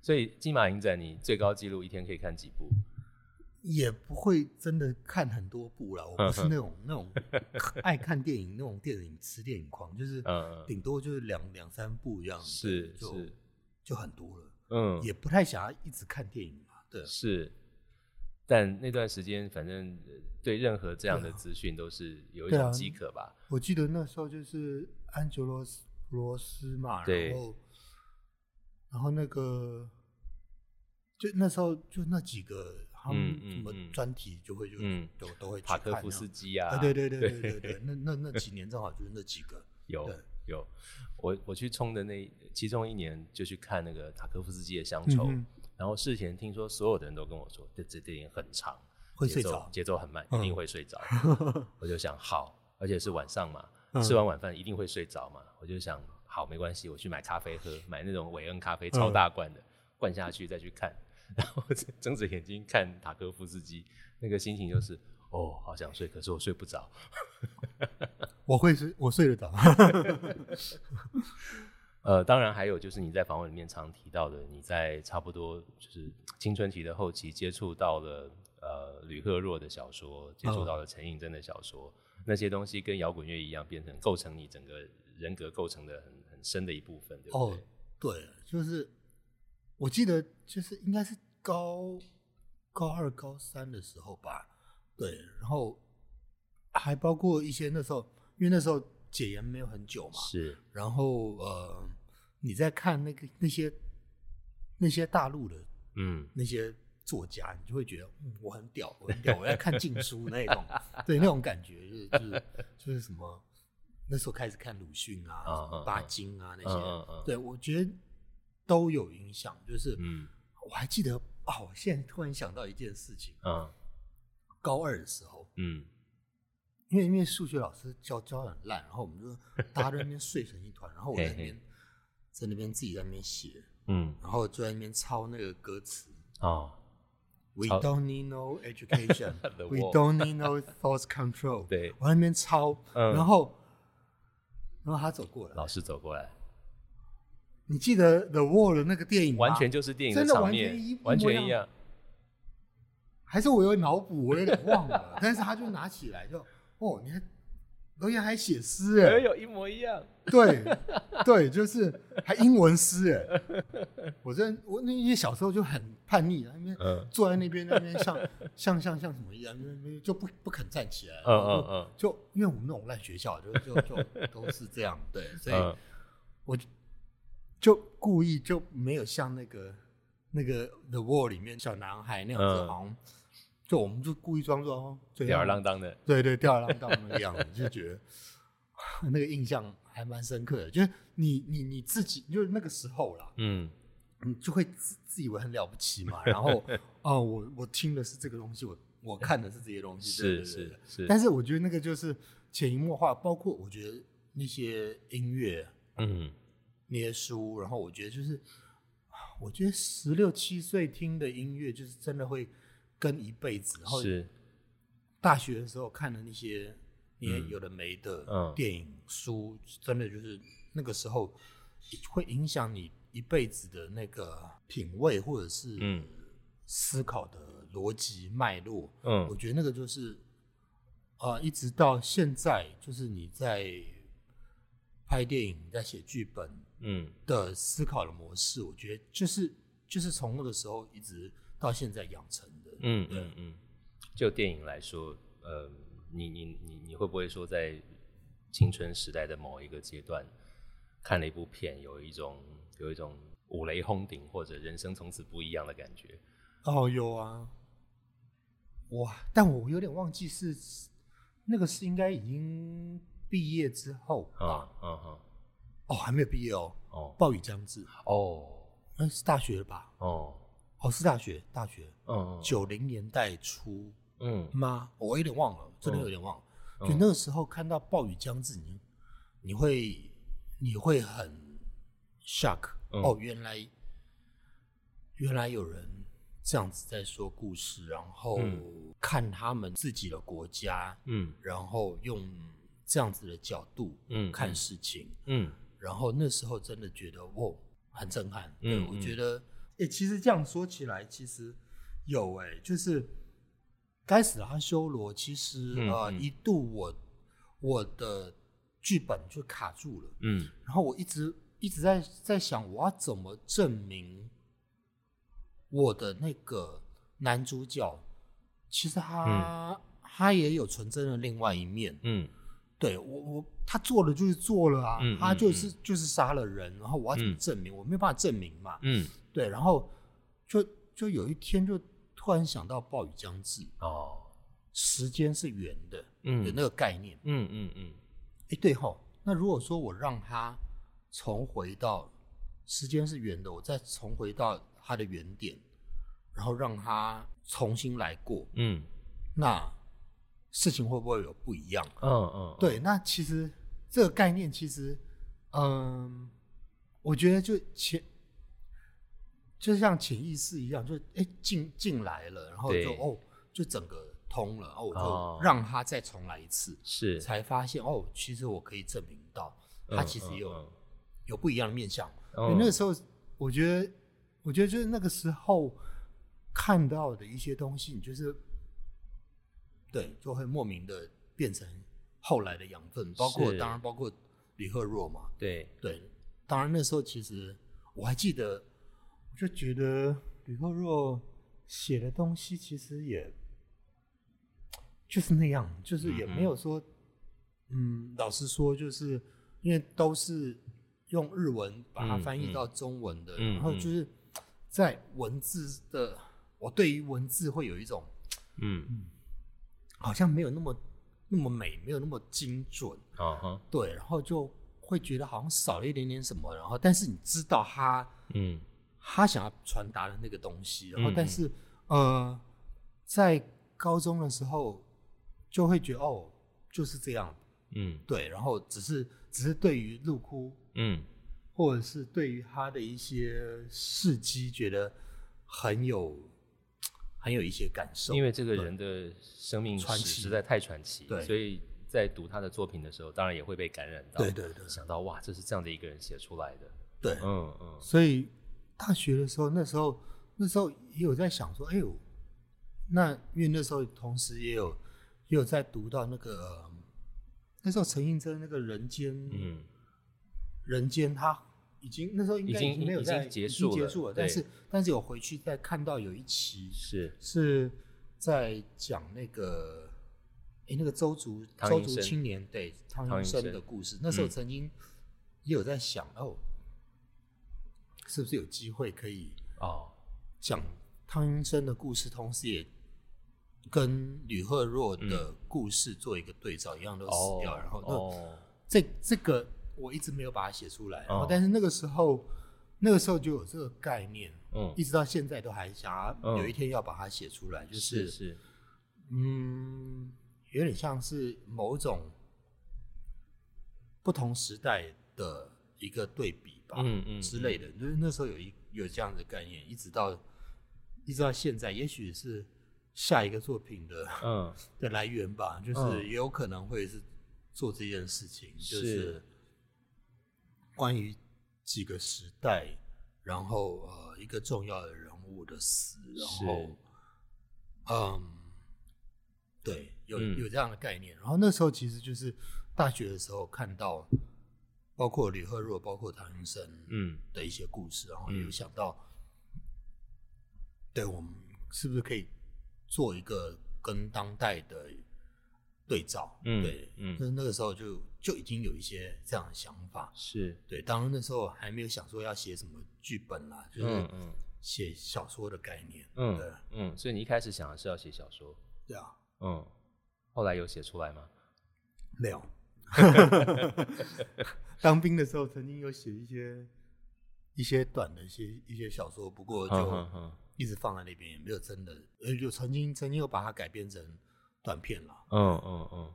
Speaker 1: 所以金马影展，你最高纪录一天可以看几部？
Speaker 2: 也不会真的看很多部啦，我
Speaker 1: <laughs>
Speaker 2: 不是那种那种爱看电影那种电影吃电影狂，就是
Speaker 1: 嗯
Speaker 2: 顶多就是两两三部这样，
Speaker 1: 是，
Speaker 2: 对就是就很多了，
Speaker 1: 嗯，
Speaker 2: 也不太想要一直看电影嘛，对
Speaker 1: 是。但那段时间，反正呃对任何这样的资讯都是有一
Speaker 2: 啊对
Speaker 1: 种
Speaker 2: 啊
Speaker 1: 饥渴吧。
Speaker 2: 我记得那时候就是安吉罗斯罗斯嘛，
Speaker 1: 对
Speaker 2: 然后然后那个就那时候就那几个他们
Speaker 1: 嗯嗯
Speaker 2: 什么
Speaker 1: 嗯
Speaker 2: 专题就会就
Speaker 1: 嗯
Speaker 2: 都都会去
Speaker 1: 塔科
Speaker 2: 看
Speaker 1: 夫
Speaker 2: 那样
Speaker 1: 斯基啊，
Speaker 2: 啊，对对对对对对，那那那几年正好就是那几个，
Speaker 1: 有
Speaker 2: 对
Speaker 1: 有。我我去冲的那其中一年就去看那个塔科夫斯基的《乡
Speaker 2: 嗯
Speaker 1: 愁》
Speaker 2: 哼
Speaker 1: 然后事前听说所有的人都跟我说，这这电影很长，
Speaker 2: 会
Speaker 1: 节
Speaker 2: 睡
Speaker 1: 奏
Speaker 2: 着 <laughs>
Speaker 1: 节奏很慢，一
Speaker 2: 嗯
Speaker 1: 定会睡
Speaker 2: <laughs>
Speaker 1: 着。我就想好，而且是晚上嘛，
Speaker 2: 嗯
Speaker 1: 吃完晚饭一定会睡着嘛。我就想好，没关系，我去买咖啡喝，买那种韦恩咖啡超大罐的，灌下去再去看。 <laughs> 然后睁着眼睛看塔科夫斯基，那个心情就是哦，好想睡，可是我睡不着。
Speaker 2: 我会睡，我睡得着。
Speaker 1: 呃，当然还有就是你在访问里面常提到的，你在差不多就是青春期的后期接触到了呃吕赫若的小说，接
Speaker 2: 嗯
Speaker 1: 触到了陈映真的小说，那些东西跟摇滚乐一样，变成构成你整个人格构成的很很深的一部分，对不
Speaker 2: 哦
Speaker 1: 对？，
Speaker 2: 对，就是我记得，就是应该是高高二、高三的时候吧。对，然后还包括一些那时候，因为那时候解严没有很久嘛，
Speaker 1: 是，
Speaker 2: 然后呃，你在看那个那些那些大陆的
Speaker 1: 嗯，
Speaker 2: 那些作家，你就会觉得、嗯、我很屌，我很屌，我在看禁书那
Speaker 1: <laughs>
Speaker 2: 种，对那种感觉，就是就是就是什么，那时候开始看鲁迅啊、
Speaker 1: 嗯
Speaker 2: 什么
Speaker 1: 嗯
Speaker 2: 巴
Speaker 1: 嗯
Speaker 2: 金啊那些，
Speaker 1: 嗯嗯
Speaker 2: 对我觉得都有影响。就是、
Speaker 1: 嗯
Speaker 2: 我还记得啊，我现在突然想到一件事情，
Speaker 1: 嗯
Speaker 2: 高二的时候。
Speaker 1: 嗯
Speaker 2: 因为因为数学老师教教得很烂，然后我们就
Speaker 1: <laughs>
Speaker 2: 大家在那边睡成一团，然后我在那边
Speaker 1: 嘿
Speaker 2: 在那边自己在那边写，
Speaker 1: 嗯，
Speaker 2: 然后就在那边抄那个歌词，
Speaker 1: 哦，
Speaker 2: We
Speaker 1: 超
Speaker 2: don't need no education.
Speaker 1: <laughs> The
Speaker 2: We
Speaker 1: wall.
Speaker 2: don't need no thought control.
Speaker 1: <laughs> 对
Speaker 2: 我在那边抄，
Speaker 1: 嗯
Speaker 2: 然后，然后他走过来。
Speaker 1: 老师走过来，
Speaker 2: 你记得《The Wall》的那个电影吗
Speaker 1: 完全就是电影
Speaker 2: 真的
Speaker 1: 场
Speaker 2: 完
Speaker 1: 面
Speaker 2: 全一，模
Speaker 1: 完全
Speaker 2: 一
Speaker 1: 一样， <laughs>
Speaker 2: 还是我有脑补，我有点忘了。但是他就拿起来就，哦，你看，罗源还写诗
Speaker 1: 哎
Speaker 2: 哎，
Speaker 1: 呦，一模一样。
Speaker 2: 对对，就是还英文诗哎，我真我那些小时候就很叛逆，那边
Speaker 1: 嗯
Speaker 2: 坐在那边那边像像像像什么一样，那边就不不肯站起来，
Speaker 1: 嗯嗯
Speaker 2: 就因为我们那种烂学校，就
Speaker 1: <laughs>
Speaker 2: 就就都是这样，对，所以
Speaker 1: 嗯
Speaker 2: 我就就故意就没有像那个那个《The Wall》里面小男孩那样子，
Speaker 1: 嗯
Speaker 2: 好像就我们就故意装作
Speaker 1: 嗯，
Speaker 2: 对啊
Speaker 1: 吊儿郎当的。
Speaker 2: 对对，吊儿郎当那个样子，就觉得 <laughs> 那个印象还蛮深刻的。就是你你你自己，就是那个时候啦，
Speaker 1: 嗯
Speaker 2: 你就会自自以为很了不起嘛。
Speaker 1: <laughs>
Speaker 2: 然后哦，我我听的是这个东西，我我看的是这些东西，
Speaker 1: 是。
Speaker 2: 对对对
Speaker 1: 是
Speaker 2: 对
Speaker 1: 是，
Speaker 2: 但是我觉得那个就是潜移默化，包括我觉得那些音乐、
Speaker 1: 嗯
Speaker 2: 那些书，然后我觉得就是，啊我觉得十六七岁听的音乐，就是真的会跟一辈子，然后
Speaker 1: 是
Speaker 2: 大学的时候看的那些那些
Speaker 1: 嗯
Speaker 2: 有的没的
Speaker 1: 嗯
Speaker 2: 电影、书，真的就是那个时候会影响你一辈子的那个品味或者是
Speaker 1: 嗯
Speaker 2: 思考的逻辑脉络。我
Speaker 1: 嗯
Speaker 2: 觉得那个就是啊、呃一直到现在，就是你在拍电影、在写剧本
Speaker 1: 嗯
Speaker 2: 的思考的模式，我觉得就是就是从那个时候一直到现在养成的。
Speaker 1: 嗯嗯嗯。就电影来说，呃，你你你你会不会说在青春时代的某一个阶段看了一部片，有一种有一种五雷轰顶或者人生从此不一样的感觉？
Speaker 2: 哦，有啊，哇！但我有点忘记是那个是应该已经毕业之后吧？
Speaker 1: 啊嗯嗯
Speaker 2: 哦，还没有毕业哦，
Speaker 1: 哦
Speaker 2: 暴雨将至，
Speaker 1: 哦
Speaker 2: 那、是大学了吧？
Speaker 1: 哦
Speaker 2: 哦，是大学，大学
Speaker 1: 嗯
Speaker 2: 九零年代初
Speaker 1: 嗯
Speaker 2: 吗？哦我有点忘了，真的
Speaker 1: 嗯
Speaker 2: 有点忘了。
Speaker 1: 嗯
Speaker 2: 就那个时候看到暴雨将至，你你会你会很 shock、
Speaker 1: 嗯
Speaker 2: 哦，原来原来有人这样子在说故事，然后
Speaker 1: 嗯
Speaker 2: 看他们自己的国家，
Speaker 1: 嗯
Speaker 2: 然后用这样子的角度
Speaker 1: 嗯
Speaker 2: 看事情，
Speaker 1: 嗯
Speaker 2: 然后那时候真的觉得哇，很震撼。
Speaker 1: 嗯
Speaker 2: 嗯，
Speaker 1: 嗯
Speaker 2: 我觉得，哎、其实这样说起来，其实有哎、就是《该死的阿修罗》，其实
Speaker 1: 嗯
Speaker 2: 呃，
Speaker 1: 嗯
Speaker 2: 一度我我的剧本就卡住了，
Speaker 1: 嗯
Speaker 2: 然后我一直一直在在想，我要怎么证明我的那个男主角，其实他、他也有纯真的另外一面，
Speaker 1: 嗯
Speaker 2: 对我我他做了就是做了啊，
Speaker 1: 嗯
Speaker 2: 他
Speaker 1: 嗯
Speaker 2: 就是、就是杀了人，然后我要怎么
Speaker 1: 嗯
Speaker 2: 证明？我没有办法证明嘛。
Speaker 1: 嗯
Speaker 2: 对，然后就就有一天就突然想到暴雨将至，
Speaker 1: 哦
Speaker 2: 时间是圆的的
Speaker 1: 嗯
Speaker 2: 那个概念。
Speaker 1: 嗯嗯嗯
Speaker 2: 哎、对吼，那如果说我让他重回到时间是圆的，我再重回到他的原点，然后让他重新来过，
Speaker 1: 嗯
Speaker 2: 那事情会不会有不一样？
Speaker 1: 嗯嗯
Speaker 2: 对，那其实这个概念其实，嗯，我觉得就潜，就像潜意识一样，就哎进进来了，然后就
Speaker 1: 对
Speaker 2: 哦，就整个通了，然后我
Speaker 1: 哦
Speaker 2: 就让他再重来一次，
Speaker 1: 是
Speaker 2: 才发现哦，其实我可以证明到他其实有、有不一样的面相。
Speaker 1: 嗯
Speaker 2: 对那个时候，我觉得，我觉得就是那个时候看到的一些东西，你就是对，就会莫名的变成后来的养分，包括
Speaker 1: 是
Speaker 2: 当然包括李赫若嘛，
Speaker 1: 对
Speaker 2: 对，当然那时候其实我还记得，我就觉得吕厚若写的东西其实也就是那样，就是也没有说，嗯老实说，就是因为都是用日文把它
Speaker 1: 嗯
Speaker 2: 翻译
Speaker 1: 嗯
Speaker 2: 到中文的，
Speaker 1: 嗯
Speaker 2: 然后
Speaker 1: 嗯
Speaker 2: 就是在文字的，我对于文字会有一种
Speaker 1: 嗯
Speaker 2: 好像没有那么那么美，没有那么精准，
Speaker 1: 啊哈
Speaker 2: 对，然后就会觉得好像少了一点点什么，然后但是你知道他
Speaker 1: 嗯
Speaker 2: 他想要传达的那个东西，然后
Speaker 1: 嗯
Speaker 2: 但
Speaker 1: 嗯
Speaker 2: 是、呃，在高中的时候就会觉得哦就是这样，
Speaker 1: 嗯
Speaker 2: 对，然后只是只是对于陆哭
Speaker 1: 嗯
Speaker 2: 或者是对于他的一些事迹觉得很有很有一些感受，
Speaker 1: 因为这个人的生命
Speaker 2: 传
Speaker 1: 史
Speaker 2: 奇
Speaker 1: 实在太传奇，
Speaker 2: 对
Speaker 1: 所以在读他的作品的时候，当然也会被感染到，
Speaker 2: 对对对
Speaker 1: 想到哇，这是这样的一个人写出来的，
Speaker 2: 对，
Speaker 1: 嗯嗯
Speaker 2: 所以大学的时候，那时候那时候也有在想说，哎呦，那因为那时候同时也有也有在读到那个、呃那时候陈映真那个人间，
Speaker 1: 嗯
Speaker 2: 人间他已经那时候应该
Speaker 1: 已经
Speaker 2: 没有
Speaker 1: 已经
Speaker 2: 在
Speaker 1: 结
Speaker 2: 已
Speaker 1: 束
Speaker 2: 经
Speaker 1: 了
Speaker 2: 结束了，但
Speaker 1: 对
Speaker 2: 是但是有回去再看到有一期
Speaker 1: 是
Speaker 2: 是在讲那个，诶，那个周族
Speaker 1: 汤
Speaker 2: 周
Speaker 1: 英
Speaker 2: 族
Speaker 1: 生
Speaker 2: 青年对汤
Speaker 1: 汤英
Speaker 2: 英生
Speaker 1: 生
Speaker 2: 的故事。那时候
Speaker 1: 嗯
Speaker 2: 曾经也有在想，哦，是不是有机会可以
Speaker 1: 哦，
Speaker 2: 讲汤英生的故事，同时也跟吕赫若的故事做一个对照，一样都死掉，
Speaker 1: 嗯哦
Speaker 2: 然后那
Speaker 1: 哦，
Speaker 2: 这这个我一直没有把它写出来，然后
Speaker 1: 哦
Speaker 2: 但是那个时候，那个时候就有这个概念，
Speaker 1: 嗯
Speaker 2: 一，直到现在都还想要
Speaker 1: 嗯
Speaker 2: 有一天要把它写出来，就是
Speaker 1: 是是，
Speaker 2: 嗯，有点像是某种不同时代的一个对比吧，
Speaker 1: 嗯嗯
Speaker 2: 之类的，就是那时候有一有这样的概念，一直到一直到现在，也许是下一个作品的
Speaker 1: 嗯，
Speaker 2: 的来源吧，就
Speaker 1: 嗯
Speaker 2: 是也有可能会是做这件事情，就是是关于几个时代，然后呃一个重要的人物的死，然后嗯，对，有
Speaker 1: 嗯
Speaker 2: 有这样的概念。然后那时候其实就是大学的时候看到，包括李赫若，包括唐英生，
Speaker 1: 嗯，
Speaker 2: 的一些故事，然后
Speaker 1: 嗯
Speaker 2: 有想到，对我们是不是可以做一个跟当代的对照？
Speaker 1: 嗯
Speaker 2: 对，
Speaker 1: 嗯
Speaker 2: 那那个时候就就已经有一些这样的想法。
Speaker 1: 是，
Speaker 2: 对，当然那时候还没有想说要写什么剧本啦，就是
Speaker 1: 嗯嗯
Speaker 2: 写小说的概念。对
Speaker 1: 嗯，嗯，所以你一开始想的是要写小说，
Speaker 2: 对啊，
Speaker 1: 嗯，后来有写出来吗？<laughs>
Speaker 2: 没有。当兵的时候曾经有写一些一些短的一些一些小说，不过就。
Speaker 1: 嗯嗯嗯
Speaker 2: 一直放在那边，也没有真的，呃，有曾经曾经有把它改编成短片了。
Speaker 1: 嗯嗯嗯，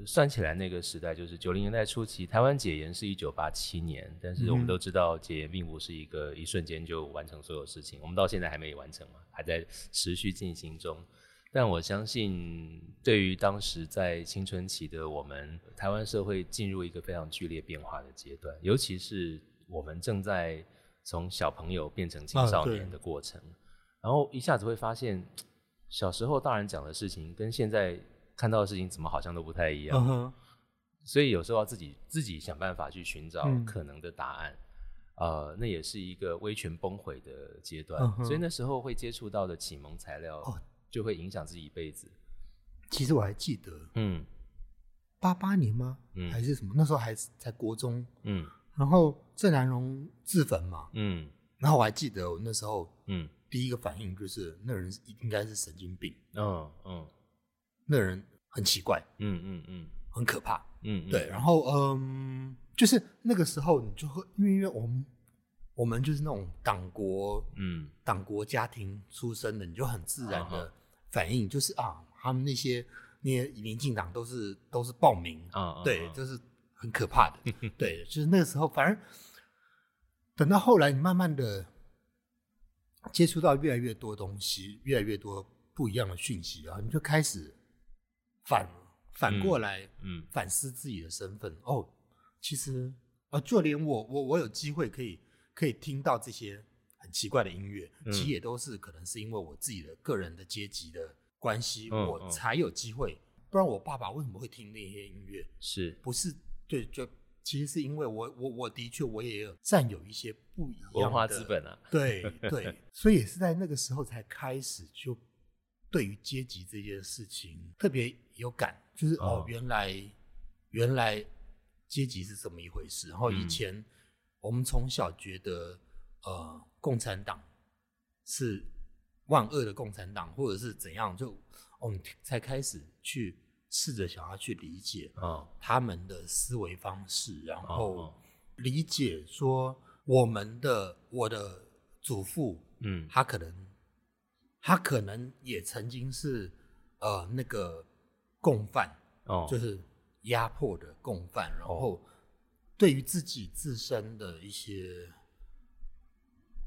Speaker 1: 呃，算起来那个时代就是九零年代初期，台湾解严是一九八七年，但是我
Speaker 2: 嗯
Speaker 1: 们都知道解严并不是一个一瞬间就完成所有事情，我们到现在还没完成嘛，还在持续进行中。但我相信，对于当时在青春期的我们，台湾社会进入一个非常剧烈变化的阶段，尤其是我们正在从小朋友变成青
Speaker 2: 啊
Speaker 1: 少
Speaker 2: 对
Speaker 1: 年的过程。然后一下子会发现，小时候大人讲的事情跟现在看到的事情怎么好像都不太一样，
Speaker 2: 嗯哼，
Speaker 1: 所以有时候要自己自己想办法去寻找
Speaker 2: 嗯
Speaker 1: 可能的答案。呃，那也是一个威权崩毁的阶段，
Speaker 2: 嗯哼
Speaker 1: 所以那时候会接触到的启蒙材料
Speaker 2: 哦，
Speaker 1: 就会影响自己一辈子。
Speaker 2: 其实我还记得
Speaker 1: 嗯
Speaker 2: 八八年吗？
Speaker 1: 嗯
Speaker 2: 还是什么？那时候还是才国中，
Speaker 1: 嗯
Speaker 2: 然后郑南荣自焚嘛，
Speaker 1: 嗯
Speaker 2: 然后我还记得我那时候
Speaker 1: 嗯
Speaker 2: 第一个反应就是那人应该是神经病，
Speaker 1: 嗯嗯
Speaker 2: 那人很奇怪，
Speaker 1: 嗯嗯嗯
Speaker 2: 很可怕。
Speaker 1: 嗯，
Speaker 2: 对，然后嗯，就是那个时候你就会，因为因为我们我们就是那种党国
Speaker 1: 嗯
Speaker 2: 党国家庭出身的，你就很自然
Speaker 1: 啊
Speaker 2: 的反应就是啊，他们那些那些民进党都是都是暴民，
Speaker 1: 啊，
Speaker 2: 对，
Speaker 1: 嗯
Speaker 2: 就是很可怕
Speaker 1: <laughs>
Speaker 2: 的，对，就是那个时候，反正等到后来，你慢慢的接触到越来越多东西，越来越多不一样的讯息啊，你就开始反反过来
Speaker 1: 嗯
Speaker 2: 反思自己的身份哦，其实啊，就连我我我有机会可以可以听到这些很奇怪的音乐，
Speaker 1: 嗯
Speaker 2: 其实也都是可能是因为我自己的个人的阶级的关系，
Speaker 1: 嗯
Speaker 2: 我
Speaker 1: 嗯
Speaker 2: 才有机会。不然我爸爸为什么会听那些音乐？
Speaker 1: 是
Speaker 2: 不是对，就其实是因为我我我的确我也有占有一些不一样的
Speaker 1: 文化资本啊，
Speaker 2: <laughs> 对
Speaker 1: <laughs>
Speaker 2: 对，所以也是在那个时候才开始就对于阶级这件事情特别有感，就是哦
Speaker 1: 哦，
Speaker 2: 原来原来阶级是怎么一回事。然后以
Speaker 1: 嗯
Speaker 2: 前我们从小觉得呃，共产党是万恶的共产党，或者是怎样，就我们才开始去试着想要去理解
Speaker 1: 哦
Speaker 2: 他们的思维方式，然
Speaker 1: 哦
Speaker 2: 后理解说我们的我的祖父，
Speaker 1: 嗯
Speaker 2: 他可能他可能也曾经是呃那个共犯，
Speaker 1: 哦，
Speaker 2: 就是压迫的共犯，然后对于自己自身的一些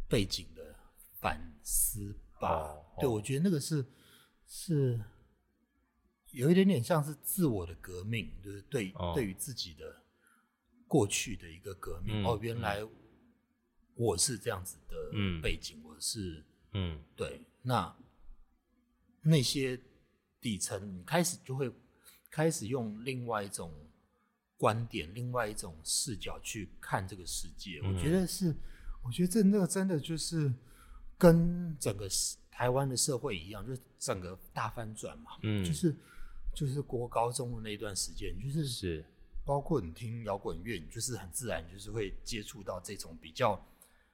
Speaker 2: 背景的反思吧
Speaker 1: 哦。
Speaker 2: 对，
Speaker 1: 哦
Speaker 2: 我觉得那个是是有一点点像是自我的革命，就是对
Speaker 1: 哦
Speaker 2: 对于自己的过去的一个革命。
Speaker 1: 嗯
Speaker 2: 哦，原来我是这样子的
Speaker 1: 嗯
Speaker 2: 背景，我是
Speaker 1: 嗯
Speaker 2: 对，那那些底层，你开始就会开始用另外一种观点、另外一种视角去看这个世界。我觉得是，我觉得这那个真的就是跟整个社台湾的社会一样，就是整个大翻转嘛。
Speaker 1: 嗯
Speaker 2: 就是就是国高中的那一段时间，就是
Speaker 1: 是，
Speaker 2: 包括你听摇滚乐，你就是很自然就是会接触到这种比较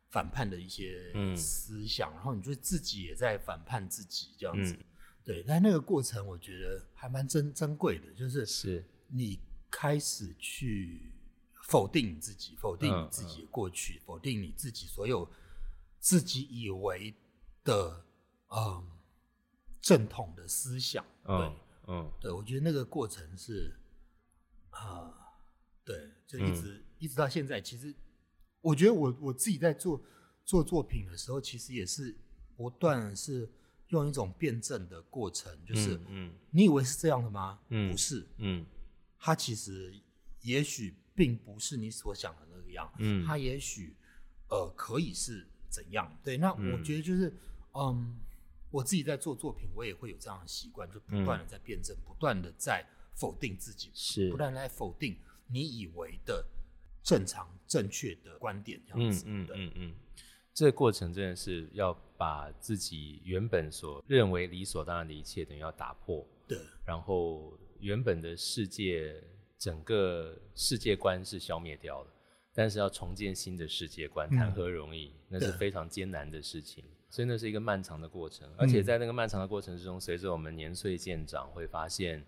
Speaker 2: 反叛的一些
Speaker 1: 嗯
Speaker 2: 思想，然后你就自己也在反叛自己这样子。
Speaker 1: 嗯
Speaker 2: 对，但那个过程我觉得还蛮珍珍贵的，就是
Speaker 1: 是，
Speaker 2: 你开始去否定你自己，否定
Speaker 1: 嗯
Speaker 2: 你自己的过去，否定你自己所有自己以为的嗯正统的思想。对
Speaker 1: 嗯，嗯，
Speaker 2: 对，我觉得那个过程是，啊、对，就一
Speaker 1: 嗯
Speaker 2: 直、一直到现在。其实，我觉得我我自己在做做作品的时候，其实也是不断是用一种辩证的过程，就是、
Speaker 1: 嗯
Speaker 2: 你以为是这样的吗？
Speaker 1: 嗯
Speaker 2: 不是，
Speaker 1: 嗯
Speaker 2: 它其实也许并不是你所想的那个样，
Speaker 1: 嗯
Speaker 2: 它也许呃可以是怎样？对，那我
Speaker 1: 嗯
Speaker 2: 觉得就是嗯我自己在做作品，我也会有这样的习惯，就不断的在辩证，不断的在否定自己，
Speaker 1: 嗯是
Speaker 2: 不断的在否定你以为的正常正确的观点这样
Speaker 1: 嗯
Speaker 2: 子，
Speaker 1: 嗯
Speaker 2: 对，
Speaker 1: 嗯嗯，这个过程真的是要把自己原本所认为理所当然的一切，等于要打破，
Speaker 2: 对，
Speaker 1: 然后原本的世界整个世界观是消灭掉了，但是要重建新的世界观，谈何容易？那是
Speaker 2: 嗯对
Speaker 1: 非常艰难的事情，所以那是一个漫长的过程。而
Speaker 2: 嗯
Speaker 1: 且在那个漫长的过程之中，随着我们年岁渐长，会发现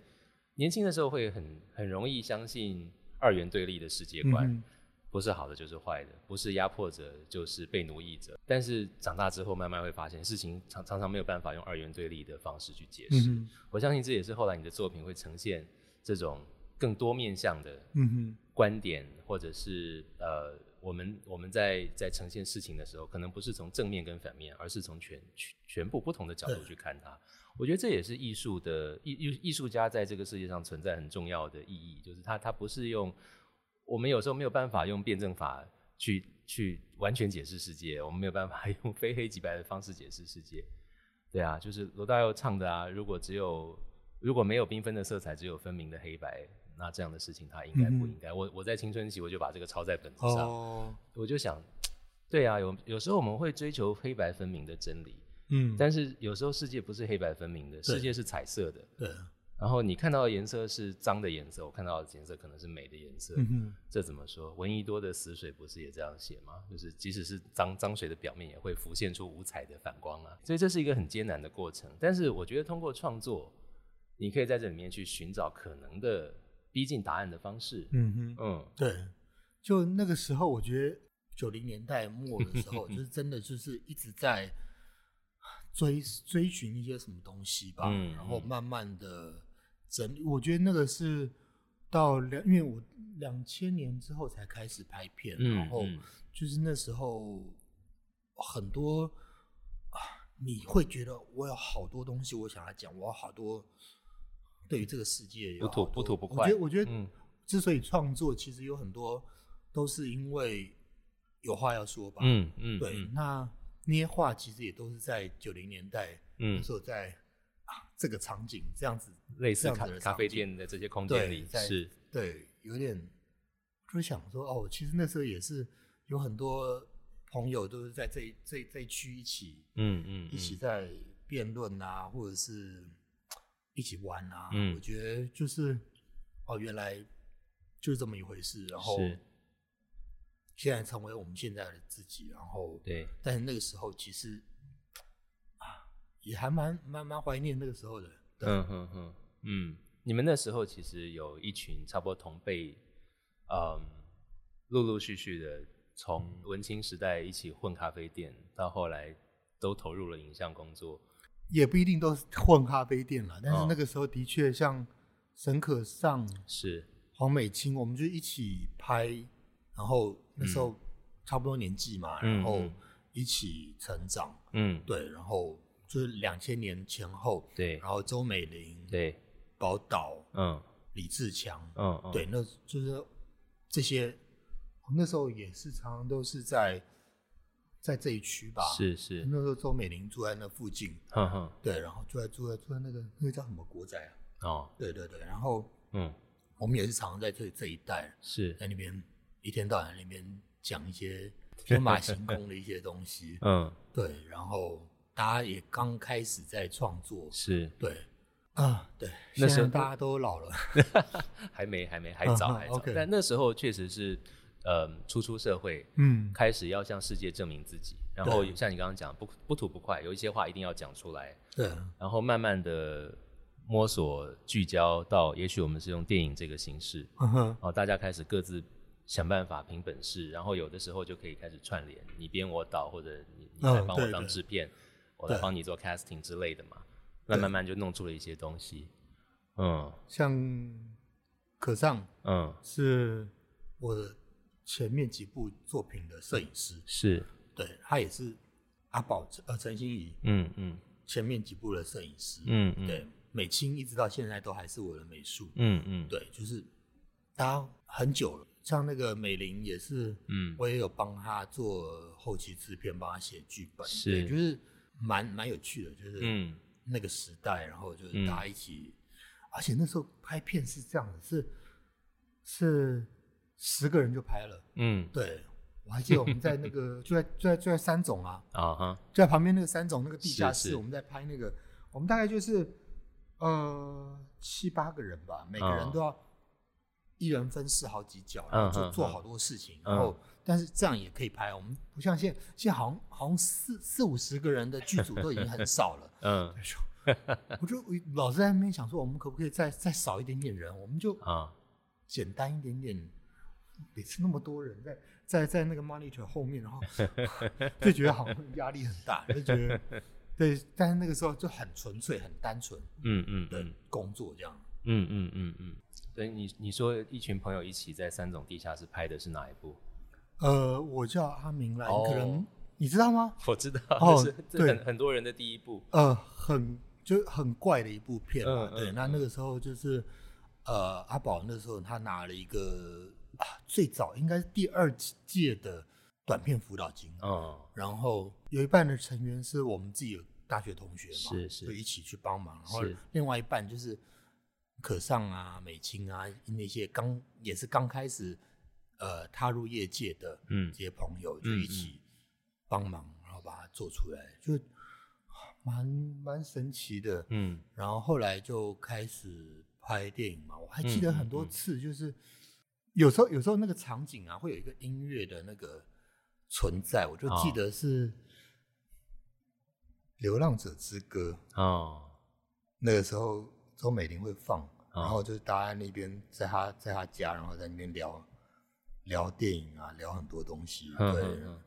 Speaker 1: 年轻的时候会很很容易相信二元对立的世界观。
Speaker 2: 嗯
Speaker 1: 不是好的就是坏的，不是压迫者就是被奴役者。但是长大之后，慢慢会发现事情常常常没有办法用二元对立的方式去解
Speaker 2: 嗯
Speaker 1: 释。
Speaker 2: 哼
Speaker 1: 我相信这也是后来你的作品会呈现这种更多面向的
Speaker 2: 嗯哼，
Speaker 1: 观点，或者是呃，我们我们在在呈现事情的时候，可能不是从正面跟反面，而是从全全全部不同的角度去看它。我觉得这也是艺术的艺艺艺术家在这个世界上存在很重要的意义，就是他他不是用我们有时候没有办法用辩证法去去完全解释世界，我们没有办法用非黑即白的方式解释世界。对啊，就是罗大佑唱的啊，如果只有如果没有缤纷的色彩，只有分明的黑白，那这样的事情他应该不应该？我我在青春期我就把这个抄在本子上，
Speaker 2: 哦，
Speaker 1: 我就想，对啊，有有时候我们会追求黑白分明的真理，
Speaker 2: 嗯，
Speaker 1: 但是有时候世界不是黑白分明的，
Speaker 2: 对
Speaker 1: 世界是彩色的。
Speaker 2: 对，嗯
Speaker 1: 然后你看到的颜色是脏的颜色，我看到的颜色可能是美的颜色。
Speaker 2: 嗯哼，
Speaker 1: 这怎么说？闻一多的《死水》不是也这样写吗？就是即使是脏脏水的表面，也会浮现出五彩的反光啊。所以这是一个很艰难的过程。但是我觉得通过创作，你可以在这里面去寻找可能的逼近答案的方式。
Speaker 2: 嗯哼。
Speaker 1: 嗯
Speaker 2: 对，就那个时候，我觉得九零年代末
Speaker 1: <laughs>
Speaker 2: 的时候，就是真的就是一直在追追寻一些什么东西吧，
Speaker 1: 嗯
Speaker 2: 然后慢慢的整理。我觉得那个是到两，因为我两千年之后才开始拍片，
Speaker 1: 嗯
Speaker 2: 然后
Speaker 1: 嗯
Speaker 2: 就是那时候很多啊，你会觉得我有好多东西我想要讲，我有好多。对于这个世界有
Speaker 1: 不吐
Speaker 2: 好多
Speaker 1: 不吐不
Speaker 2: 我
Speaker 1: 快
Speaker 2: 觉得，我觉得
Speaker 1: 嗯
Speaker 2: 之所以创作，其实有很多都是因为有话要说吧。，
Speaker 1: 嗯嗯，
Speaker 2: 对。
Speaker 1: 嗯
Speaker 2: 那捏画其实也都是在九零年代，
Speaker 1: 嗯
Speaker 2: 那时候在啊这个场景这样子，
Speaker 1: 类似
Speaker 2: 这样
Speaker 1: 咖
Speaker 2: 子的
Speaker 1: 咖
Speaker 2: 场
Speaker 1: 啡
Speaker 2: 景
Speaker 1: 店的这些空
Speaker 2: 对
Speaker 1: 间里
Speaker 2: 在
Speaker 1: 是，
Speaker 2: 对，有点就想说哦，其实那时候也是有很多朋友都是在这一这一这一区一起
Speaker 1: 嗯嗯，
Speaker 2: 一起
Speaker 1: 嗯
Speaker 2: 在辩论啊，或者是一起玩啊。
Speaker 1: 嗯
Speaker 2: 我觉得就是哦，原来就是这么一回事。然后
Speaker 1: 是
Speaker 2: 现在成为我们现在的自己，然后，
Speaker 1: 对，
Speaker 2: 但是那个时候其实啊，也还蛮蛮蛮怀念那个时候的。对，
Speaker 1: 嗯哼哼，嗯，你们那时候其实有一群差不多同辈，嗯，陆陆续续的
Speaker 2: 嗯
Speaker 1: 从文青时代一起混咖啡店，到后来都投入了影像工作。
Speaker 2: 也不一定都是混咖啡店了，但是
Speaker 1: 嗯
Speaker 2: 那个时候的确像沈可尚、
Speaker 1: 是，
Speaker 2: 黄美清，我们就一起拍，然后那时候差不多年纪嘛，
Speaker 1: 嗯
Speaker 2: 然后
Speaker 1: 嗯
Speaker 2: 一起成长，
Speaker 1: 嗯，
Speaker 2: 对，然后就是两千年前后，
Speaker 1: 对
Speaker 2: 然后周美玲、
Speaker 1: 对，
Speaker 2: 宝岛、
Speaker 1: 嗯
Speaker 2: 李志强，
Speaker 1: 嗯嗯，
Speaker 2: 对，那就是这些，那时候也是常常都是在在这一区吧，
Speaker 1: 是是，
Speaker 2: 那时候周美玲住在那附近，
Speaker 1: 哼哼，
Speaker 2: 对，然后住在住在住在那个那个叫什么国宅啊，
Speaker 1: 哦，
Speaker 2: 对对对，然后
Speaker 1: 嗯，
Speaker 2: 我们也是常常在这这一带
Speaker 1: 是，，
Speaker 2: 在那边一天到晚那边讲一些天马行空的一些东西 <laughs>
Speaker 1: 嗯
Speaker 2: 对，然后大家也刚开始在创作，
Speaker 1: 是，
Speaker 2: 对，啊，对，
Speaker 1: 那时候
Speaker 2: 现在大家都老了，
Speaker 1: 还没还没还
Speaker 2: 嗯
Speaker 1: 早
Speaker 2: 嗯
Speaker 1: 还早，
Speaker 2: OK
Speaker 1: 但那时候确实是，呃，初出社会，
Speaker 2: <laughs> 嗯，
Speaker 1: 开始要向世界证明自己，然后像你刚刚讲，不不吐不快，有一些话一定要讲出来，
Speaker 2: 对，
Speaker 1: 然后慢慢的摸索聚焦到，也许我们是用电影这个形式，
Speaker 2: 嗯哼，
Speaker 1: 哦，大家开始各自想办法凭本事，然后有的时候就可以开始串联，你编我导，或者你你来
Speaker 2: 嗯
Speaker 1: 帮我
Speaker 2: 对
Speaker 1: 当
Speaker 2: 对
Speaker 1: 制片，我来
Speaker 2: 对
Speaker 1: 帮你做 casting 之类的嘛，那
Speaker 2: 对
Speaker 1: 慢慢就弄出了一些东西，嗯
Speaker 2: 像可尚
Speaker 1: 嗯
Speaker 2: 是我的前面几部作品的摄影师，
Speaker 1: 是
Speaker 2: 对他也是阿宝呃陈欣怡
Speaker 1: 嗯嗯
Speaker 2: 前面几部的摄影师，
Speaker 1: 嗯嗯
Speaker 2: 对，美青一直到现在都还是我的美术，
Speaker 1: 嗯嗯
Speaker 2: 对，就是他很久了，像那个美玲也是，
Speaker 1: 嗯
Speaker 2: 我也有帮他做后期制片，帮他写剧本，
Speaker 1: 是
Speaker 2: 对就是蛮蛮有趣的，就是
Speaker 1: 嗯
Speaker 2: 那个时代，然后就是
Speaker 1: 嗯
Speaker 2: 大家一起，而且那时候拍片是这样的，是是十个人就拍了，
Speaker 1: 嗯
Speaker 2: 对我还记得我们在那个 <laughs> 就在就在就在三总啊，
Speaker 1: 啊哈
Speaker 2: 就在旁边那个三总那个地下
Speaker 1: 是
Speaker 2: 室，
Speaker 1: 是
Speaker 2: 我们在拍那个，我们大概就是呃七八个人吧，每个人
Speaker 1: 嗯
Speaker 2: 都要一人分饰好几角，
Speaker 1: 嗯
Speaker 2: 然后就
Speaker 1: 嗯
Speaker 2: 做
Speaker 1: 嗯
Speaker 2: 好多事情，
Speaker 1: 嗯
Speaker 2: 然后但是这样也可以拍。我们不像现在，现在好像好像四四五十个人的剧组都已经很少
Speaker 1: <laughs>
Speaker 2: 了。
Speaker 1: 嗯
Speaker 2: 哎呦我就我老是在那边想说，我们可不可以再再少一点点人，我们就
Speaker 1: 啊
Speaker 2: 简单一点点。每次那么多人在 <laughs> 在在那个 monitor 后面，然后 <laughs> 就觉得好像压力很大，就觉得对，但是那个时候就很纯粹、很单纯
Speaker 1: 嗯嗯
Speaker 2: 的
Speaker 1: 嗯
Speaker 2: 工作这样。
Speaker 1: 嗯嗯嗯嗯，所以你你说一群朋友一起在三总地下室拍的是哪一部？
Speaker 2: 呃，我叫阿明啦，
Speaker 1: 哦
Speaker 2: 你可能你知道吗？
Speaker 1: 我知道，
Speaker 2: 哦
Speaker 1: 这是这
Speaker 2: 对
Speaker 1: 很很多人的第一部，
Speaker 2: 呃，很就很怪的一部片嘛。
Speaker 1: 嗯嗯
Speaker 2: 对，那那个时候就是呃，阿宝那时候他拿了一个啊，最早应该是第二届的短片辅导金。
Speaker 1: 嗯
Speaker 2: 然后有一半的成员是我们自己的大学同学嘛，
Speaker 1: 是是
Speaker 2: 就一起去帮忙。然后
Speaker 1: 是
Speaker 2: 另外一半就是可尚啊、美青啊那些刚也是刚开始呃踏入业界的
Speaker 1: 嗯
Speaker 2: 这些朋友，就一起帮忙，然后把它做出来，就啊蛮蛮神奇的。
Speaker 1: 嗯
Speaker 2: 然后后来就开始拍电影嘛，我还记得
Speaker 1: 嗯嗯
Speaker 2: 很多
Speaker 1: 嗯
Speaker 2: 次，就是有时候有时候那个场景啊，会有一个音乐的那个存在，我就记
Speaker 1: 哦
Speaker 2: 得是《流浪者之歌》，
Speaker 1: 哦
Speaker 2: 那个时候周美玲会放，
Speaker 1: 哦
Speaker 2: 然后就是大家那边在她在她家，然后在那边聊聊电影啊，聊很多东西，
Speaker 1: 嗯
Speaker 2: 对
Speaker 1: 嗯嗯，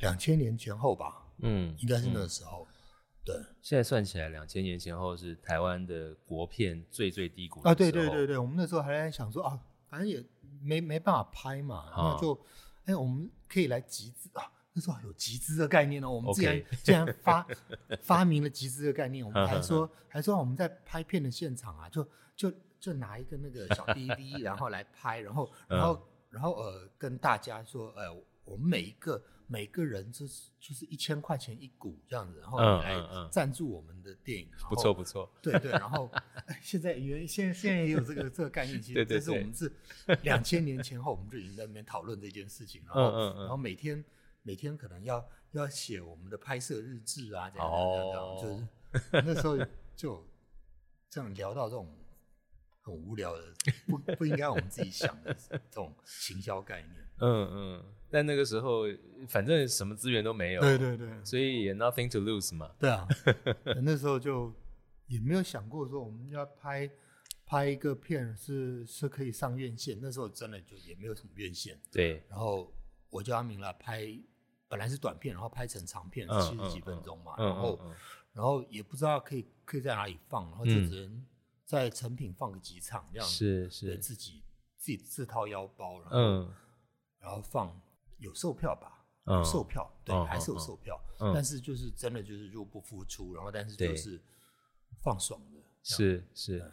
Speaker 2: 两千年前后吧，
Speaker 1: 嗯，
Speaker 2: 应该是那个时候，对。
Speaker 1: 现在算起来，两千年前后是台湾的国片最最低谷的
Speaker 2: 啊，对
Speaker 1: 时候
Speaker 2: 对对，对，我们那时候还在想说啊，反正也没没办法拍嘛，
Speaker 1: 啊
Speaker 2: 那就哎，我们可以来集资啊。那时候还有集资的概念呢，我们竟然
Speaker 1: OK
Speaker 2: 竟然发发明了集资的概念，我
Speaker 1: <laughs>
Speaker 2: 们还说还说我们在拍片的现场啊，就就就拿一个那个小 DVD，然后 <laughs> 来拍，然后然
Speaker 1: 嗯
Speaker 2: 后然后呃跟大家说，呃，我们每一个每个人就是就是一千块钱一股这样子，然后
Speaker 1: 嗯
Speaker 2: 来
Speaker 1: 嗯嗯
Speaker 2: 赞助我们的电影，然
Speaker 1: 不
Speaker 2: 后
Speaker 1: 错不错，
Speaker 2: 对对，然后哎现在原现在现在也有这个这个概念，其
Speaker 1: 对
Speaker 2: 实
Speaker 1: 对
Speaker 2: 但是我
Speaker 1: 对
Speaker 2: 们是两千年前后，我们就已经在那边讨论这件事情，然后、
Speaker 1: 嗯嗯嗯
Speaker 2: 然后每天每天可能要要写我们的拍摄日志啊，这样这样这
Speaker 1: 哦
Speaker 2: 样，就是那时候就这样聊到这种很无聊的，不不应该我们自己想的这种行销概念。
Speaker 1: 嗯嗯，但那个时候反正什么资源都没有，
Speaker 2: 对对对，
Speaker 1: 所以也 nothing to lose 嘛，<laughs>
Speaker 2: 对啊，那时候就也没有想过说我们要拍拍一个片是是可以上院线，那时候真的就也没有什么院线。
Speaker 1: 对，
Speaker 2: 然后我叫阿明来拍，本来是短片，然后拍成长片，
Speaker 1: 嗯
Speaker 2: 七十几
Speaker 1: 嗯
Speaker 2: 分钟嘛，
Speaker 1: 嗯
Speaker 2: 然后、
Speaker 1: 嗯嗯
Speaker 2: 然后也不知道可以可以在哪里放，然后就只能在成品放个几场这样，
Speaker 1: 嗯是
Speaker 2: 对
Speaker 1: 是，
Speaker 2: 自己自己自掏腰包，然后、
Speaker 1: 嗯
Speaker 2: 然后放有售票吧，
Speaker 1: 嗯
Speaker 2: 售票，对，
Speaker 1: 嗯
Speaker 2: 还是有
Speaker 1: 嗯
Speaker 2: 售票，
Speaker 1: 嗯
Speaker 2: 但是就是真的就是入不敷出，然后但是
Speaker 1: 对
Speaker 2: 就是放爽的，
Speaker 1: 是是，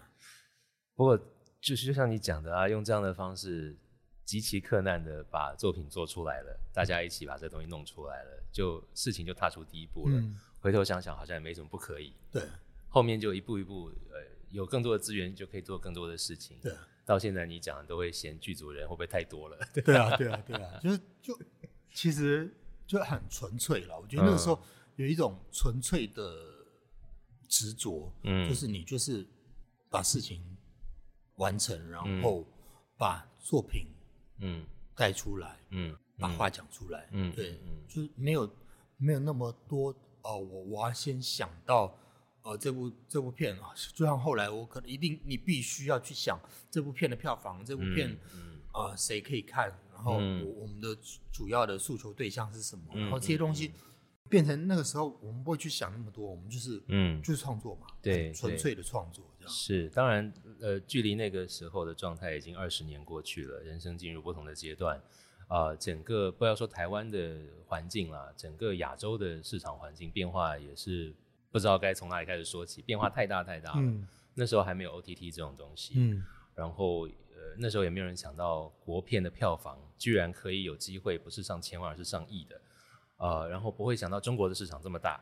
Speaker 1: 不过就是就像你讲的啊，用这样的方式极其克难的把作品做出来了，大家一起把这东西弄出来了，就事情就踏出第一步了。
Speaker 2: 嗯
Speaker 1: 回头想想，好像也没什么不可以。
Speaker 2: 对
Speaker 1: 后面就一步一步，呃，有更多的资源，就可以做更多的事情。
Speaker 2: 对，
Speaker 1: 到现在你讲都会嫌剧组人会不会太多了？
Speaker 2: 对啊，对啊，对啊，就是就其实就很纯粹了。我觉得那个时候有一种纯粹的执着，
Speaker 1: 嗯
Speaker 2: 就是你就是把事情完成，然后把作品
Speaker 1: 嗯
Speaker 2: 带出来，
Speaker 1: 嗯
Speaker 2: 把话讲出来，
Speaker 1: 嗯
Speaker 2: 对
Speaker 1: 嗯，
Speaker 2: 就是没有没有那么多哦，我我要先想到呃这部这部片啊，就像后来我可能一定你必须要去想这部片的票房，这部片
Speaker 1: 嗯
Speaker 2: 啊谁、可以看，然后我、
Speaker 1: 嗯
Speaker 2: 我们的主主要的诉求对象是什么，
Speaker 1: 嗯
Speaker 2: 然后这些东西变成那个时候我们不会去想那么多，我们就是
Speaker 1: 嗯，
Speaker 2: 就是创作嘛，
Speaker 1: 对
Speaker 2: 纯
Speaker 1: 对
Speaker 2: 粹的创作这样，
Speaker 1: 是，当然，呃，距离那个时候的状态已经二十年过去了，人生进入不同的阶段，啊、整个不要说台湾的环境啦，整个亚洲的市场环境变化也是不知道该从哪里开始说起，变化太大太大了。那时候还没有 OTT 这种东西，
Speaker 2: 嗯
Speaker 1: 然后呃那时候也没有人想到国片的票房居然可以有机会不是上千万而是上亿的，呃，然后不会想到中国的市场这么大，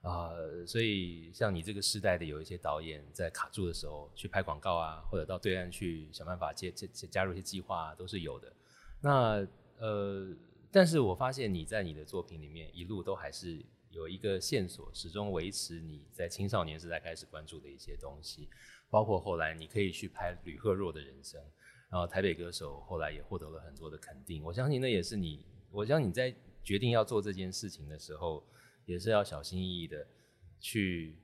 Speaker 1: 啊、所以像你这个时代的有一些导演在卡住的时候去拍广告啊，或者到对岸去想办法接接接加入一些计划、啊、都是有的。那呃，但是我发现你在你的作品里面一路都还是有一个线索，始终维持你在青少年时代开始关注的一些东西，包括后来你可以去拍吕赫若的人生，然后台北歌手后来也获得了很多的肯定。我相信那也是你，我相信你在决定要做这件事情的时候，也是要小心翼翼的去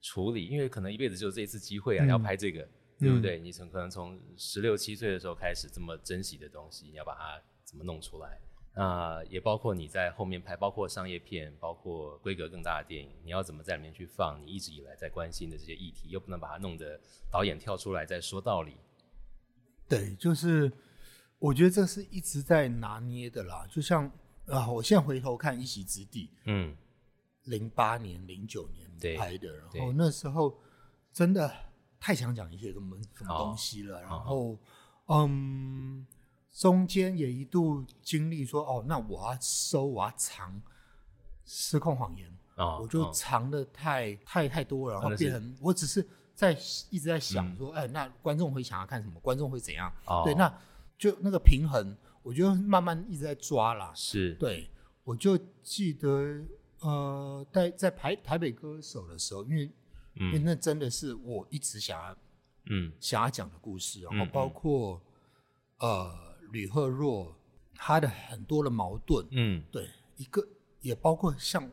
Speaker 1: 处理，因为可能一辈子只有这一次机会啊，
Speaker 2: 嗯
Speaker 1: 要拍这个。对不对？你从可能从十六七岁的时候开始这么珍惜的东西，你要把它怎么弄出来？那也包括你在后面拍，包括商业片，包括规格更大的电影，你要怎么在里面去放你一直以来在关心的这些议题，又不能把它弄得导演跳出来再说道理。
Speaker 2: 对，就是我觉得这是一直在拿捏的啦。就像啊，我现在回头看《一席之地
Speaker 1: 嗯》，
Speaker 2: 零八年、零九
Speaker 1: 对
Speaker 2: 年拍的，然
Speaker 1: 对
Speaker 2: 后那时候真的太想讲一些什么什么
Speaker 1: 哦
Speaker 2: 东西了。然
Speaker 1: 好
Speaker 2: 后，嗯，中间也一度经历说，哦，那我要收，我要藏《失控谎言》
Speaker 1: 啊，
Speaker 2: 我就
Speaker 1: 哦
Speaker 2: 藏的太太太多了，然
Speaker 1: 啊那
Speaker 2: 后
Speaker 1: 是
Speaker 2: 变成我只是在一直在
Speaker 1: 嗯
Speaker 2: 想说，哎，那观众会想要看什么？观众会怎样？
Speaker 1: 哦
Speaker 2: 对，那就那个平衡，我就慢慢一直在抓啦。
Speaker 1: 是
Speaker 2: 对，我就记得呃，在在台台北歌手的时候，因为、因为
Speaker 1: 嗯
Speaker 2: 那真的是我一直想要
Speaker 1: 嗯
Speaker 2: 想要讲的故事，然后
Speaker 1: 嗯嗯
Speaker 2: 包括、呃吕赫若他的很多的矛盾，
Speaker 1: 嗯
Speaker 2: 对，一个也包括像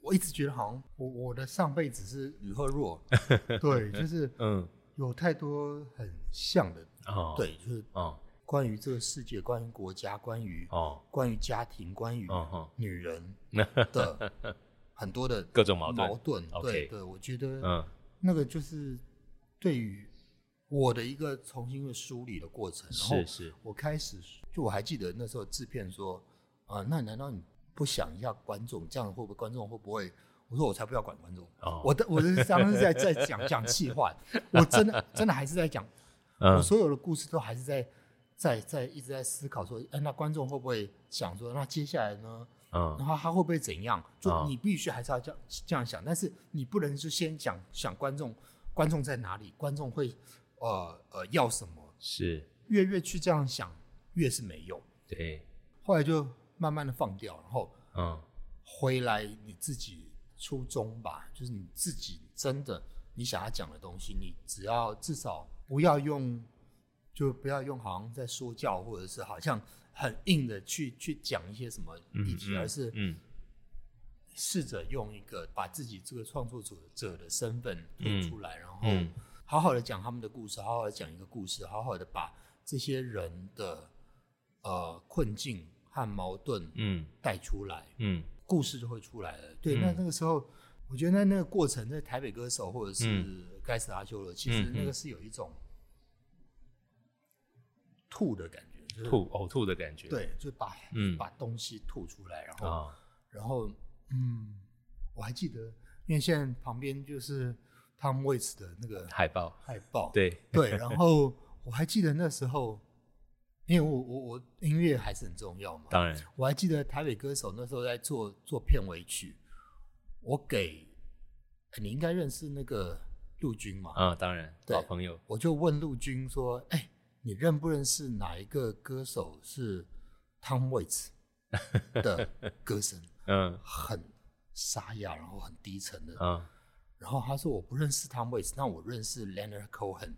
Speaker 2: 我一直觉得好像我我的上辈子是吕
Speaker 1: <laughs>
Speaker 2: 赫若，对，就是
Speaker 1: 嗯
Speaker 2: 有太多很像的，
Speaker 1: 哦
Speaker 2: 对，就是
Speaker 1: 哦
Speaker 2: 关于这个世界、关于国家、关于
Speaker 1: 哦
Speaker 2: 关于家庭、关于
Speaker 1: 哦哦
Speaker 2: 女
Speaker 1: <laughs>
Speaker 2: 人的很多的
Speaker 1: 各种矛盾
Speaker 2: 矛盾，
Speaker 1: OK
Speaker 2: 对对，我觉得
Speaker 1: 嗯
Speaker 2: 那个就是对于我的一个重新的梳理的过程，然后
Speaker 1: 是是
Speaker 2: 我开始就我还记得那时候制片说，啊、那难道你不想一下观众？这样会不会观众会不会？我说我才不要管观众，
Speaker 1: 哦
Speaker 2: 我的我的当时在在讲讲
Speaker 1: <laughs>
Speaker 2: 气话，我真的真的还是在讲，
Speaker 1: 嗯
Speaker 2: 我所有的故事都还是在在在一直在思考说，哎、那观众会不会想说，那接下来呢？
Speaker 1: 嗯
Speaker 2: 然后他会不会怎样？就
Speaker 1: 哦
Speaker 2: 你必须还是要这样这样想，但是你不能就先讲想观众观众在哪里，观众会呃呃要什么，
Speaker 1: 是
Speaker 2: 越越去这样想，越是没用。
Speaker 1: 对
Speaker 2: 后来就慢慢的放掉，然后
Speaker 1: 嗯
Speaker 2: 回来你自己初衷吧，就是你自己真的你想要讲的东西，你只要至少不要用，就不要用好像在说教或者是好像很硬的去去讲一些什么
Speaker 1: 嗯
Speaker 2: 议题，而是
Speaker 1: 嗯
Speaker 2: 试着用一个把自己这个创作者者的身份
Speaker 1: 嗯
Speaker 2: 推出来，然后
Speaker 1: 嗯
Speaker 2: 好好的讲他们的故事，好好的讲一个故事，好好的把这些人的呃困境和矛盾
Speaker 1: 嗯
Speaker 2: 带出来，
Speaker 1: 嗯
Speaker 2: 故事就会出来了。对，
Speaker 1: 嗯
Speaker 2: 那那个时候，我觉得那那个过程，在台北歌手或者
Speaker 1: 嗯
Speaker 2: 是该死阿修罗，其
Speaker 1: 嗯
Speaker 2: 实
Speaker 1: 嗯
Speaker 2: 那个是有一种吐的感觉，就是
Speaker 1: 吐呕吐的感觉
Speaker 2: 对，就把
Speaker 1: 嗯
Speaker 2: 把东西吐出来，然后
Speaker 1: 啊
Speaker 2: 然后，嗯，我还记得，因为现在旁边就是汤姆·威茨的那个
Speaker 1: 海报
Speaker 2: 海报，
Speaker 1: 对
Speaker 2: 对，然后我还记得那时候，因为我我我音乐还是很重要嘛，
Speaker 1: 当然
Speaker 2: 我还记得台北歌手那时候在做做片尾曲，我给、你应该认识那个陆军嘛，
Speaker 1: 啊，当然，
Speaker 2: 对
Speaker 1: 老朋友，
Speaker 2: 我就问陆军说：“哎、你认不认识哪一个歌手是 Tom Waits 的歌声？
Speaker 1: 嗯
Speaker 2: 很沙哑，然后很低沉的。
Speaker 1: 啊，
Speaker 2: 然后他说：“我不认识 Tom Waits，那我认识
Speaker 1: <laughs>
Speaker 2: Leonard Cohen。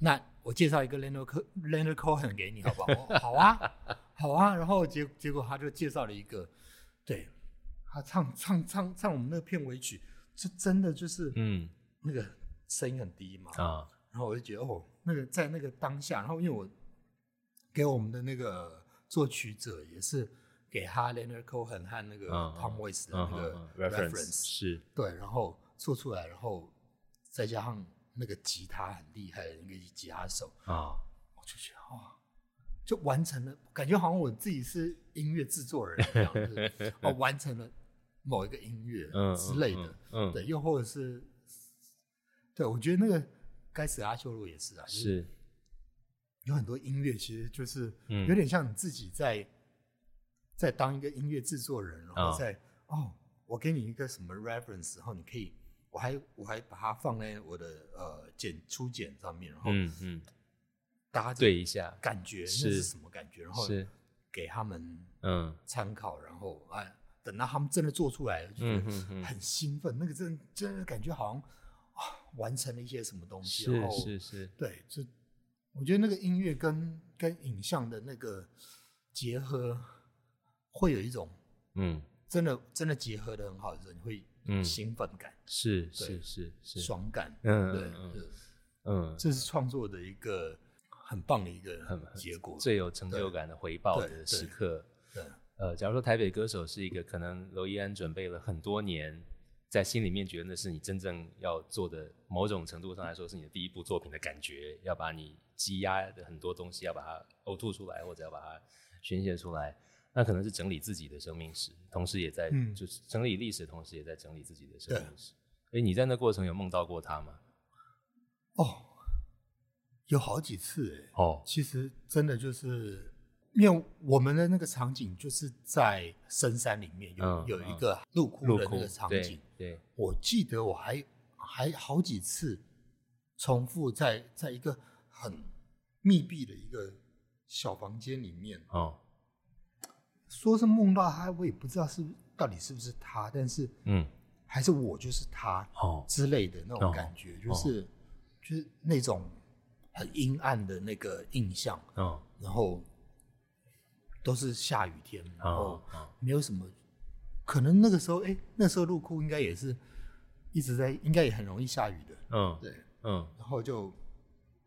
Speaker 2: 那我介绍一个 Leonard Co- Leonard Cohen 给你，好不好？”我好啊，好啊。然后结结果他就介绍了一个，对他唱唱唱唱我们那个片尾曲，就真的就是
Speaker 1: 嗯
Speaker 2: 那个声音很低嘛。
Speaker 1: 啊，
Speaker 2: 然后我就觉得哦，那个在那个当下，然后因为我给我们的那个作曲者也是给他 Leonard Cohen 和那个
Speaker 1: 嗯
Speaker 2: Tom Waits 的
Speaker 1: 嗯
Speaker 2: 那
Speaker 1: 嗯
Speaker 2: 个
Speaker 1: 嗯 reference
Speaker 2: reference，
Speaker 1: 是，
Speaker 2: 对，然后做出来，然后再加上那个吉他很厉害的那个吉他手，
Speaker 1: 啊，
Speaker 2: 我就觉得哇，就完成了，感觉好像我自己是音乐制作人一
Speaker 1: <laughs>
Speaker 2: 样，就是哦，完成了某一个音乐
Speaker 1: 嗯
Speaker 2: 之类的，，
Speaker 1: 嗯嗯嗯，
Speaker 2: 对，又或者是，对我觉得那个该死的阿修罗也是啊，就是
Speaker 1: 是，
Speaker 2: 有很多音乐其实就是
Speaker 1: 嗯
Speaker 2: 有点像你自己在、在当一个音乐制作人，然
Speaker 1: 啊
Speaker 2: 后在哦我给你一个什么 reference，然后你可以，我还我还把它放在我的呃简初简上面，然后
Speaker 1: 嗯嗯，
Speaker 2: 搭着
Speaker 1: 对一下，
Speaker 2: 感觉、那
Speaker 1: 是
Speaker 2: 是什么感觉，然后
Speaker 1: 是，
Speaker 2: 给他们
Speaker 1: 嗯
Speaker 2: 参考，然后啊、等到他们真的做出来了，就觉
Speaker 1: 嗯
Speaker 2: 得
Speaker 1: 嗯嗯，
Speaker 2: 很兴奋，那个真真的感觉好像啊完成了一些什么东西，然
Speaker 1: 是
Speaker 2: 后
Speaker 1: 是是，
Speaker 2: 对，就我觉得那个音乐跟跟影像的那个结合，会有一种
Speaker 1: 嗯
Speaker 2: 真的真的结合的很好的时候，你会
Speaker 1: 嗯，
Speaker 2: 兴奋感、
Speaker 1: 是
Speaker 2: 对
Speaker 1: 是是是，
Speaker 2: 爽感，
Speaker 1: 嗯
Speaker 2: 对，
Speaker 1: 嗯
Speaker 2: 对
Speaker 1: 嗯，
Speaker 2: 这是创作的一个很棒的一个结果，
Speaker 1: 最有成就感的回报
Speaker 2: 对
Speaker 1: 的
Speaker 2: 对
Speaker 1: 时刻。
Speaker 2: 对
Speaker 1: 呃，假如说台北歌手是一个可能娄艺安准备了很多年，在心里面觉得那是你真正要做的，某种程度上来说是你的第一部作品的感觉，要把你积压的很多东西要把它呕吐出来，或者要把它宣泄出来。那可能是整理自己的生命史，同时也在、
Speaker 2: 嗯
Speaker 1: 就是整理历史，同时也在整理自己的生命史。所以你在那过程有梦到过他吗？
Speaker 2: 哦，有好几次哎、
Speaker 1: 哦，
Speaker 2: 其实真的就是，因为我们的那个场景就是在深山里面有、
Speaker 1: 嗯
Speaker 2: 有
Speaker 1: 嗯
Speaker 2: 一个入窟
Speaker 1: 入
Speaker 2: 的那
Speaker 1: 库
Speaker 2: 个场景
Speaker 1: 对，对，
Speaker 2: 我记得我还还好几次重复在在一个很密闭的一个小房间里面，
Speaker 1: 哦，
Speaker 2: 说是梦到他，我也不知道是不是到底是不是他，但是
Speaker 1: 嗯，
Speaker 2: 还是我就是他
Speaker 1: 哦，
Speaker 2: 之类的那
Speaker 1: 哦
Speaker 2: 种感觉，就是就是那种很阴暗的那个印象，
Speaker 1: 哦，
Speaker 2: 然后都是下雨天，然后
Speaker 1: 哦，哦
Speaker 2: 没有什么，可能那个时候，哎、那时候入库应该也是一直在，应该也很容易下雨的，
Speaker 1: 嗯，
Speaker 2: 对，
Speaker 1: 嗯，
Speaker 2: 然后就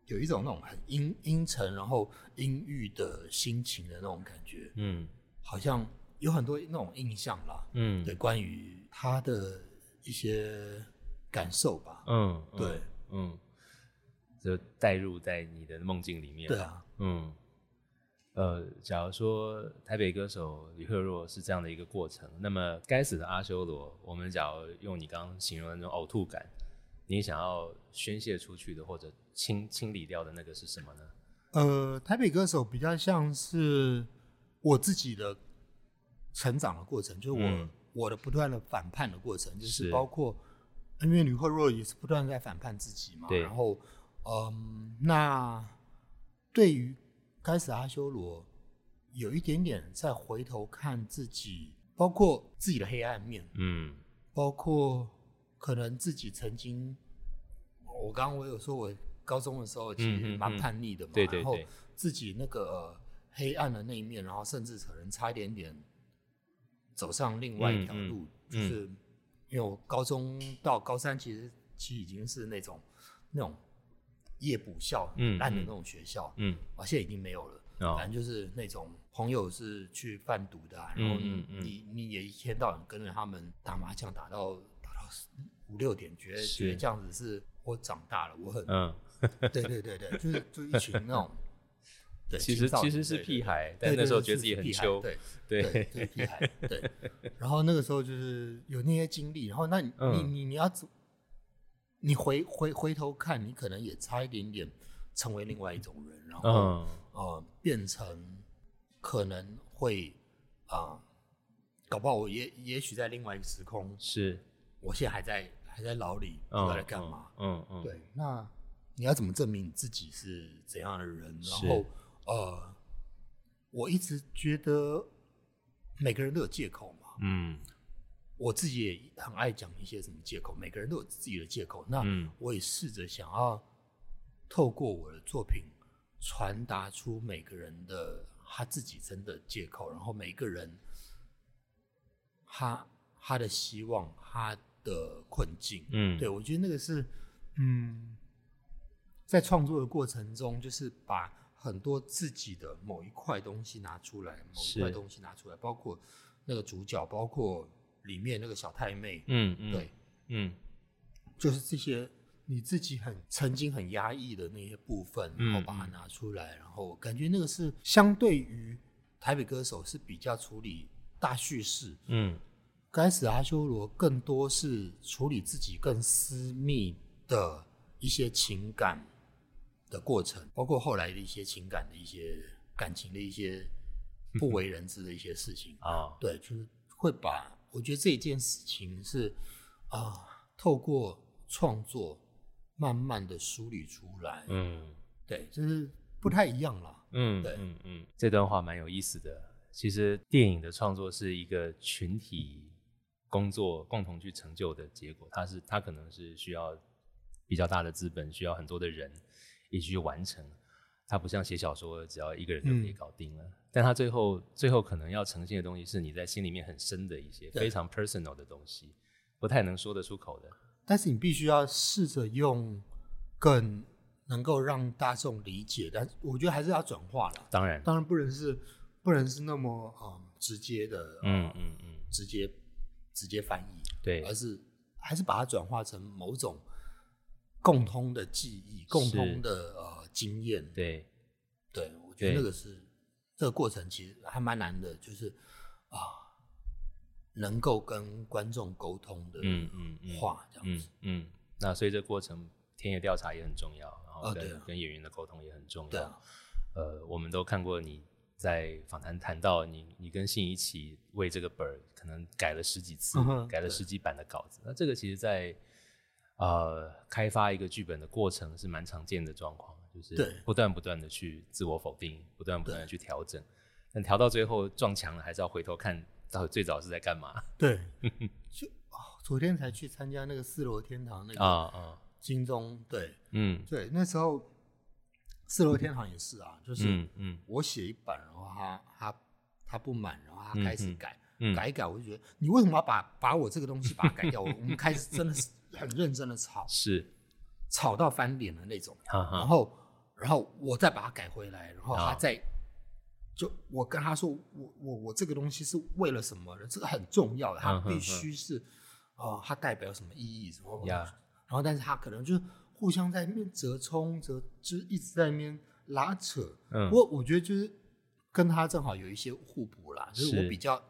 Speaker 2: 有一种那种很阴阴沉，然后阴郁的心情的那种感觉，
Speaker 1: 嗯，
Speaker 2: 好像有很多那种印象啦，
Speaker 1: 嗯，
Speaker 2: 对，关于他的一些感受吧，
Speaker 1: 嗯，嗯
Speaker 2: 对，
Speaker 1: 嗯，就带入在你的梦境里面。
Speaker 2: 对，啊，
Speaker 1: 嗯，呃，假如说台北歌手李赫若是这样的一个过程，那么该死的阿修罗，我们假如用你刚刚形容的那种呕吐感，你想要宣泄出去的或者清清理掉的那个是什么呢？
Speaker 2: 呃，台北歌手比较像是我自己的成长的过程，就是我、
Speaker 1: 嗯
Speaker 2: 我的不断的反叛的过程，就是是包括因为吕慧若也是不断地在反叛自己嘛，
Speaker 1: 对
Speaker 2: 然后嗯，那对于开始阿修罗有一点点再回头看自己，包括自己的黑暗面，
Speaker 1: 嗯
Speaker 2: 包括可能自己曾经，我刚刚我有说我高中的时候其
Speaker 1: 嗯嗯
Speaker 2: 实
Speaker 1: 嗯
Speaker 2: 蛮叛逆的嘛，
Speaker 1: 对对
Speaker 2: 然后
Speaker 1: 对
Speaker 2: 自己那个、呃黑暗的那一面，然后甚至可能差一点点走上另外一条
Speaker 1: 嗯嗯
Speaker 2: 路，
Speaker 1: 嗯
Speaker 2: 就是因为我高中到高三其实其实已经是那种那种夜补校
Speaker 1: 嗯
Speaker 2: 烂的
Speaker 1: 嗯
Speaker 2: 那种学校，
Speaker 1: 嗯，
Speaker 2: 啊，现在已经没有了。反
Speaker 1: 哦
Speaker 2: 正，就是那种朋友是去贩毒的啊、
Speaker 1: 嗯
Speaker 2: 然后
Speaker 1: 嗯
Speaker 2: 你、
Speaker 1: 嗯
Speaker 2: 你你也一天到晚跟着他们打麻将，打到打到五六点，觉得
Speaker 1: 是
Speaker 2: 觉得这样子是我长大了，我很、
Speaker 1: 嗯，
Speaker 2: 对对对对，就是就一群
Speaker 1: <laughs>
Speaker 2: 那种，对，
Speaker 1: 其
Speaker 2: 青
Speaker 1: 实
Speaker 2: 少
Speaker 1: 其
Speaker 2: 年
Speaker 1: 实是
Speaker 2: 对对
Speaker 1: 屁孩，
Speaker 2: 对
Speaker 1: 但那
Speaker 2: 对
Speaker 1: 时候
Speaker 2: 对
Speaker 1: 觉得
Speaker 2: 是
Speaker 1: 自己很
Speaker 2: 屁孩
Speaker 1: 秋，
Speaker 2: 对
Speaker 1: <laughs>
Speaker 2: <laughs>
Speaker 1: 对，
Speaker 2: 就是屁孩，对。然后那个时候就是有那些经历，然后那你、
Speaker 1: 嗯
Speaker 2: 你你你要怎，你回回回头看，你可能也差一点点成为另外一种人，然后。
Speaker 1: 嗯
Speaker 2: 呃，变成可能会呃啊、搞不好我也也许在另外一个时空，
Speaker 1: 是，
Speaker 2: 我现在还在还在牢里，不知道在干嘛。
Speaker 1: 嗯嗯，
Speaker 2: 对，那你要怎么证明你自己是怎样的人？然
Speaker 1: 是
Speaker 2: 后呃，我一直觉得每个人都有借口嘛，
Speaker 1: 嗯
Speaker 2: 我自己也很爱讲一些什么借口，每个人都有自己的借口。那
Speaker 1: 嗯
Speaker 2: 我也试着想要透过我的作品传达出每个人的他自己真的借口，然后每个人他他的希望，他的困境。
Speaker 1: 嗯，
Speaker 2: 对，我觉得那个是，嗯，在创作的过程中，就是把很多自己的某一块东西拿出来，某一块
Speaker 1: 是
Speaker 2: 东西拿出来，包括那个主角，包括里面那个小太妹，
Speaker 1: 嗯嗯
Speaker 2: 对，
Speaker 1: 嗯
Speaker 2: 就是这些你自己很曾经很压抑的那些部分，
Speaker 1: 嗯
Speaker 2: 然后把它拿出来，然后感觉那个是相对于台北歌手是比较处理大叙事，
Speaker 1: 嗯。
Speaker 2: 该死阿修罗更多是处理自己更私密的一些情感的过程，包括后来的一些情感的一些感情的一些不为人知的一些事情
Speaker 1: 啊
Speaker 2: 对，就是会把我觉得这一件事情是啊、透过创作慢慢的梳理出来。
Speaker 1: 嗯
Speaker 2: 对，就是不太一样啦。
Speaker 1: 嗯
Speaker 2: 对
Speaker 1: 嗯嗯，这段话蛮有意思的。其实电影的创作是一个群体工作共同去成就的结果，它是它可能是需要比较大的资本，需要很多的人一起去完成。它不像写小说，只要一个人就可以
Speaker 2: 嗯
Speaker 1: 搞定了。但它最后最后可能要呈现的东西是你在心里面很深的一些
Speaker 2: 对
Speaker 1: 非常 personal 的东西，不太能说得出口的。
Speaker 2: 但是你必须要试着用更能够让大众理解，但我觉得还是要转化了。
Speaker 1: 当然，
Speaker 2: 当然不能是不能是那么嗯直接的，
Speaker 1: 嗯嗯嗯，
Speaker 2: 直接直接翻译，
Speaker 1: 对，
Speaker 2: 而是还是把它转化成某种共通的记忆、共通的呃经验。
Speaker 1: 对，
Speaker 2: 对，我觉得
Speaker 1: 对
Speaker 2: 那个是这个过程其实还蛮难的，就是啊、能够跟观众沟通的
Speaker 1: 嗯嗯嗯，
Speaker 2: 话这样
Speaker 1: 嗯
Speaker 2: 子。
Speaker 1: 嗯，那所以这过程田野调查也很重要，然后
Speaker 2: 啊
Speaker 1: 跟、
Speaker 2: 对啊
Speaker 1: 跟演员的沟通也很重要。
Speaker 2: 对啊，
Speaker 1: 呃，我们都看过你在访谈谈到你你跟信一起为这个本儿可能改了十几次，
Speaker 2: 嗯哼
Speaker 1: 改了
Speaker 2: 对
Speaker 1: 十几版的稿子。那这个其实在呃开发一个剧本的过程是蛮常见的状况，就是
Speaker 2: 对
Speaker 1: 不断不断的去自我否定，不断不断的
Speaker 2: 对
Speaker 1: 去调整，但调到最后撞墙了，还是要回头看到底最早是在干嘛
Speaker 2: 对，
Speaker 1: <laughs>
Speaker 2: 就、哦、昨天才去参加那个四楼天堂那
Speaker 1: 啊
Speaker 2: 个
Speaker 1: 啊
Speaker 2: 金钟，对
Speaker 1: 嗯
Speaker 2: 对，那时候四楼天堂也是啊，就是。
Speaker 1: 嗯嗯
Speaker 2: 我写一版，然后他他他不满，然后他开始改、
Speaker 1: 嗯
Speaker 2: 改一改，我就觉得你为什么要把把我这个东西把它改掉？我我们开始真的是很认真的吵，
Speaker 1: 是，
Speaker 2: 吵到翻脸的那种。
Speaker 1: 哈
Speaker 2: 然
Speaker 1: 哈，
Speaker 2: 后然后我再把它改回来，然后
Speaker 1: 啊
Speaker 2: 他再、就我跟他说，我我我这个东西是为了什么的？这个很重要的，它
Speaker 1: 嗯哼
Speaker 2: 必须是啊、呃它代表什么意义什么东西。
Speaker 1: 呀
Speaker 2: 然后但是他可能就是互相在那边折冲折，就是一直在那边拉扯。
Speaker 1: 嗯
Speaker 2: 不过我觉得就是跟他正好有一些互补啦，就是
Speaker 1: 是
Speaker 2: 我比较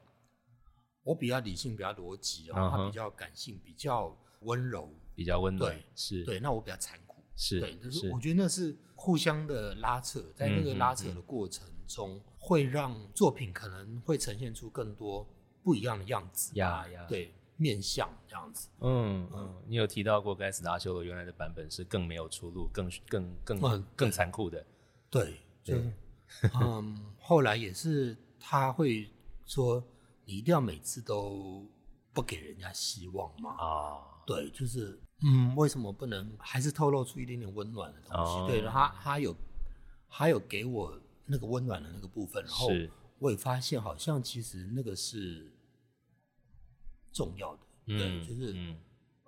Speaker 2: 我比较理性，比较逻辑，然
Speaker 1: 嗯
Speaker 2: 后
Speaker 1: 哼
Speaker 2: 他比较感性，比较温柔。
Speaker 1: 比较温暖
Speaker 2: 对，
Speaker 1: 是，
Speaker 2: 对，那我比较残酷。
Speaker 1: 是，
Speaker 2: 对，就是是我觉得那是互相的拉扯，在那个
Speaker 1: 嗯嗯
Speaker 2: 拉扯的过程中，会让作品可能会呈现出更多不一样的样子
Speaker 1: 呀
Speaker 2: 吧
Speaker 1: 呀
Speaker 2: 对，面相这样子，
Speaker 1: 嗯嗯
Speaker 2: 嗯，
Speaker 1: 你有提到过《该死的阿修罗》原来的版本是更没有出路、更更更
Speaker 2: 嗯
Speaker 1: 更残酷的，
Speaker 2: 对，就
Speaker 1: 对 <laughs>
Speaker 2: 是嗯，后来也是他会说，你一定要每次都不给人家希望嘛，
Speaker 1: 啊，
Speaker 2: 对，就是嗯，为什么不能还是透露出一点点温暖的东西？
Speaker 1: 哦
Speaker 2: 对，他他有他有给我那个温暖的那个部分，然后
Speaker 1: 是
Speaker 2: 我也发现好像其实那个是重要的，
Speaker 1: 嗯，
Speaker 2: 对，就是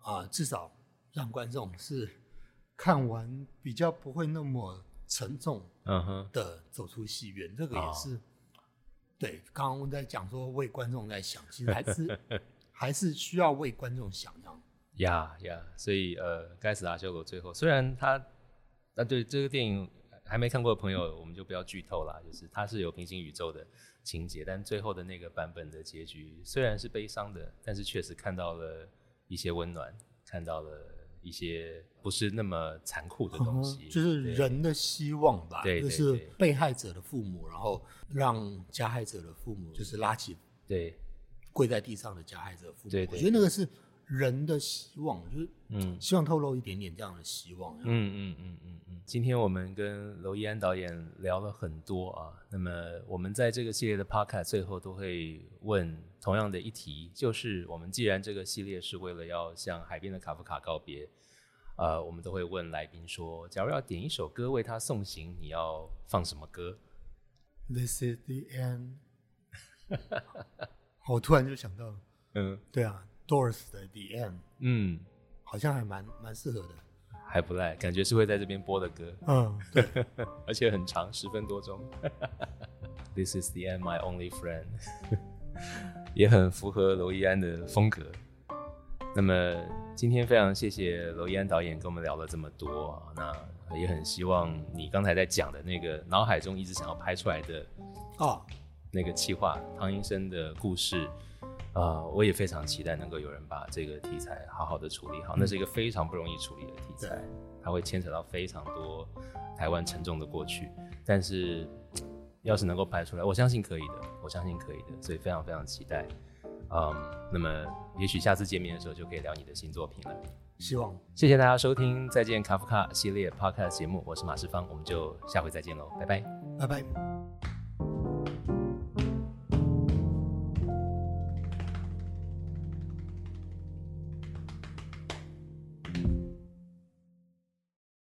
Speaker 2: 啊、
Speaker 1: 嗯
Speaker 2: 至少让观众是看完比较不会那么沉重
Speaker 1: 嗯哼，
Speaker 2: 的走出戏院，这个
Speaker 1: 哦
Speaker 2: 也是、对。刚刚在讲说为观众在想，其实还
Speaker 1: <laughs>
Speaker 2: 是还是需要为观众想这样。
Speaker 1: 呀呀，所以呃，《该死的阿修罗》最后虽然他啊，对这个电影还没看过的朋友，我们就不要剧透啦，就是它是有平行宇宙的情节，但最后的那个版本的结局虽然是悲伤的，但是确实看到了一些温暖，看到了一些不是那么残酷的东西，
Speaker 2: 嗯就是
Speaker 1: 对
Speaker 2: 人的希望吧，
Speaker 1: 对对
Speaker 2: 就是
Speaker 1: 对
Speaker 2: 被害者的父母，然后让加害者的父母就是拉起
Speaker 1: 对
Speaker 2: 跪在地上的加害者父母，
Speaker 1: 对对
Speaker 2: 我觉得那个是人的希望，就是
Speaker 1: 嗯
Speaker 2: 希望透露一点点这样的希望。
Speaker 1: 嗯嗯嗯嗯嗯，今天我们跟娄艺安导演聊了很多啊。那么我们在这个系列的 podcast 最后都会问同样的一题，就是我们既然这个系列是为了要向海边的卡夫卡告别，呃，我们都会问来宾说，假如要点一首歌为他送行，你要放什么歌？
Speaker 2: This is the end 。我突然就想到，
Speaker 1: 嗯
Speaker 2: 对啊，Doors 的 The End
Speaker 1: 嗯，
Speaker 2: 好像还蛮蛮适合的。
Speaker 1: 还不赖，感觉是会在这边播的歌。
Speaker 2: 嗯，对，
Speaker 1: <laughs> 而且很长，十分多钟。This is the end, my only friend，也很符合娄艺安的风格。那么今天非常谢谢娄艺安导演跟我们聊了这么多啊，那也很希望你刚才在讲的那个脑海中一直想要拍出来的
Speaker 2: 哦，
Speaker 1: 那个企划汤医生的故事，啊、我也非常期待能够有人把这个题材好好的处理好。那是一个非常不容易处理的题材
Speaker 2: 对，
Speaker 1: 它会牵扯到非常多台湾沉重的过去。但是，要是能够拍出来，我相信可以的，我相信可以的，所以非常非常期待。嗯，那么也许下次见面的时候就可以聊你的新作品了。
Speaker 2: 希望
Speaker 1: 谢谢大家收听《再见卡夫卡》系列 Podcast 节目，我是马世芳，我们就下回再见喽，拜拜。
Speaker 2: 拜拜。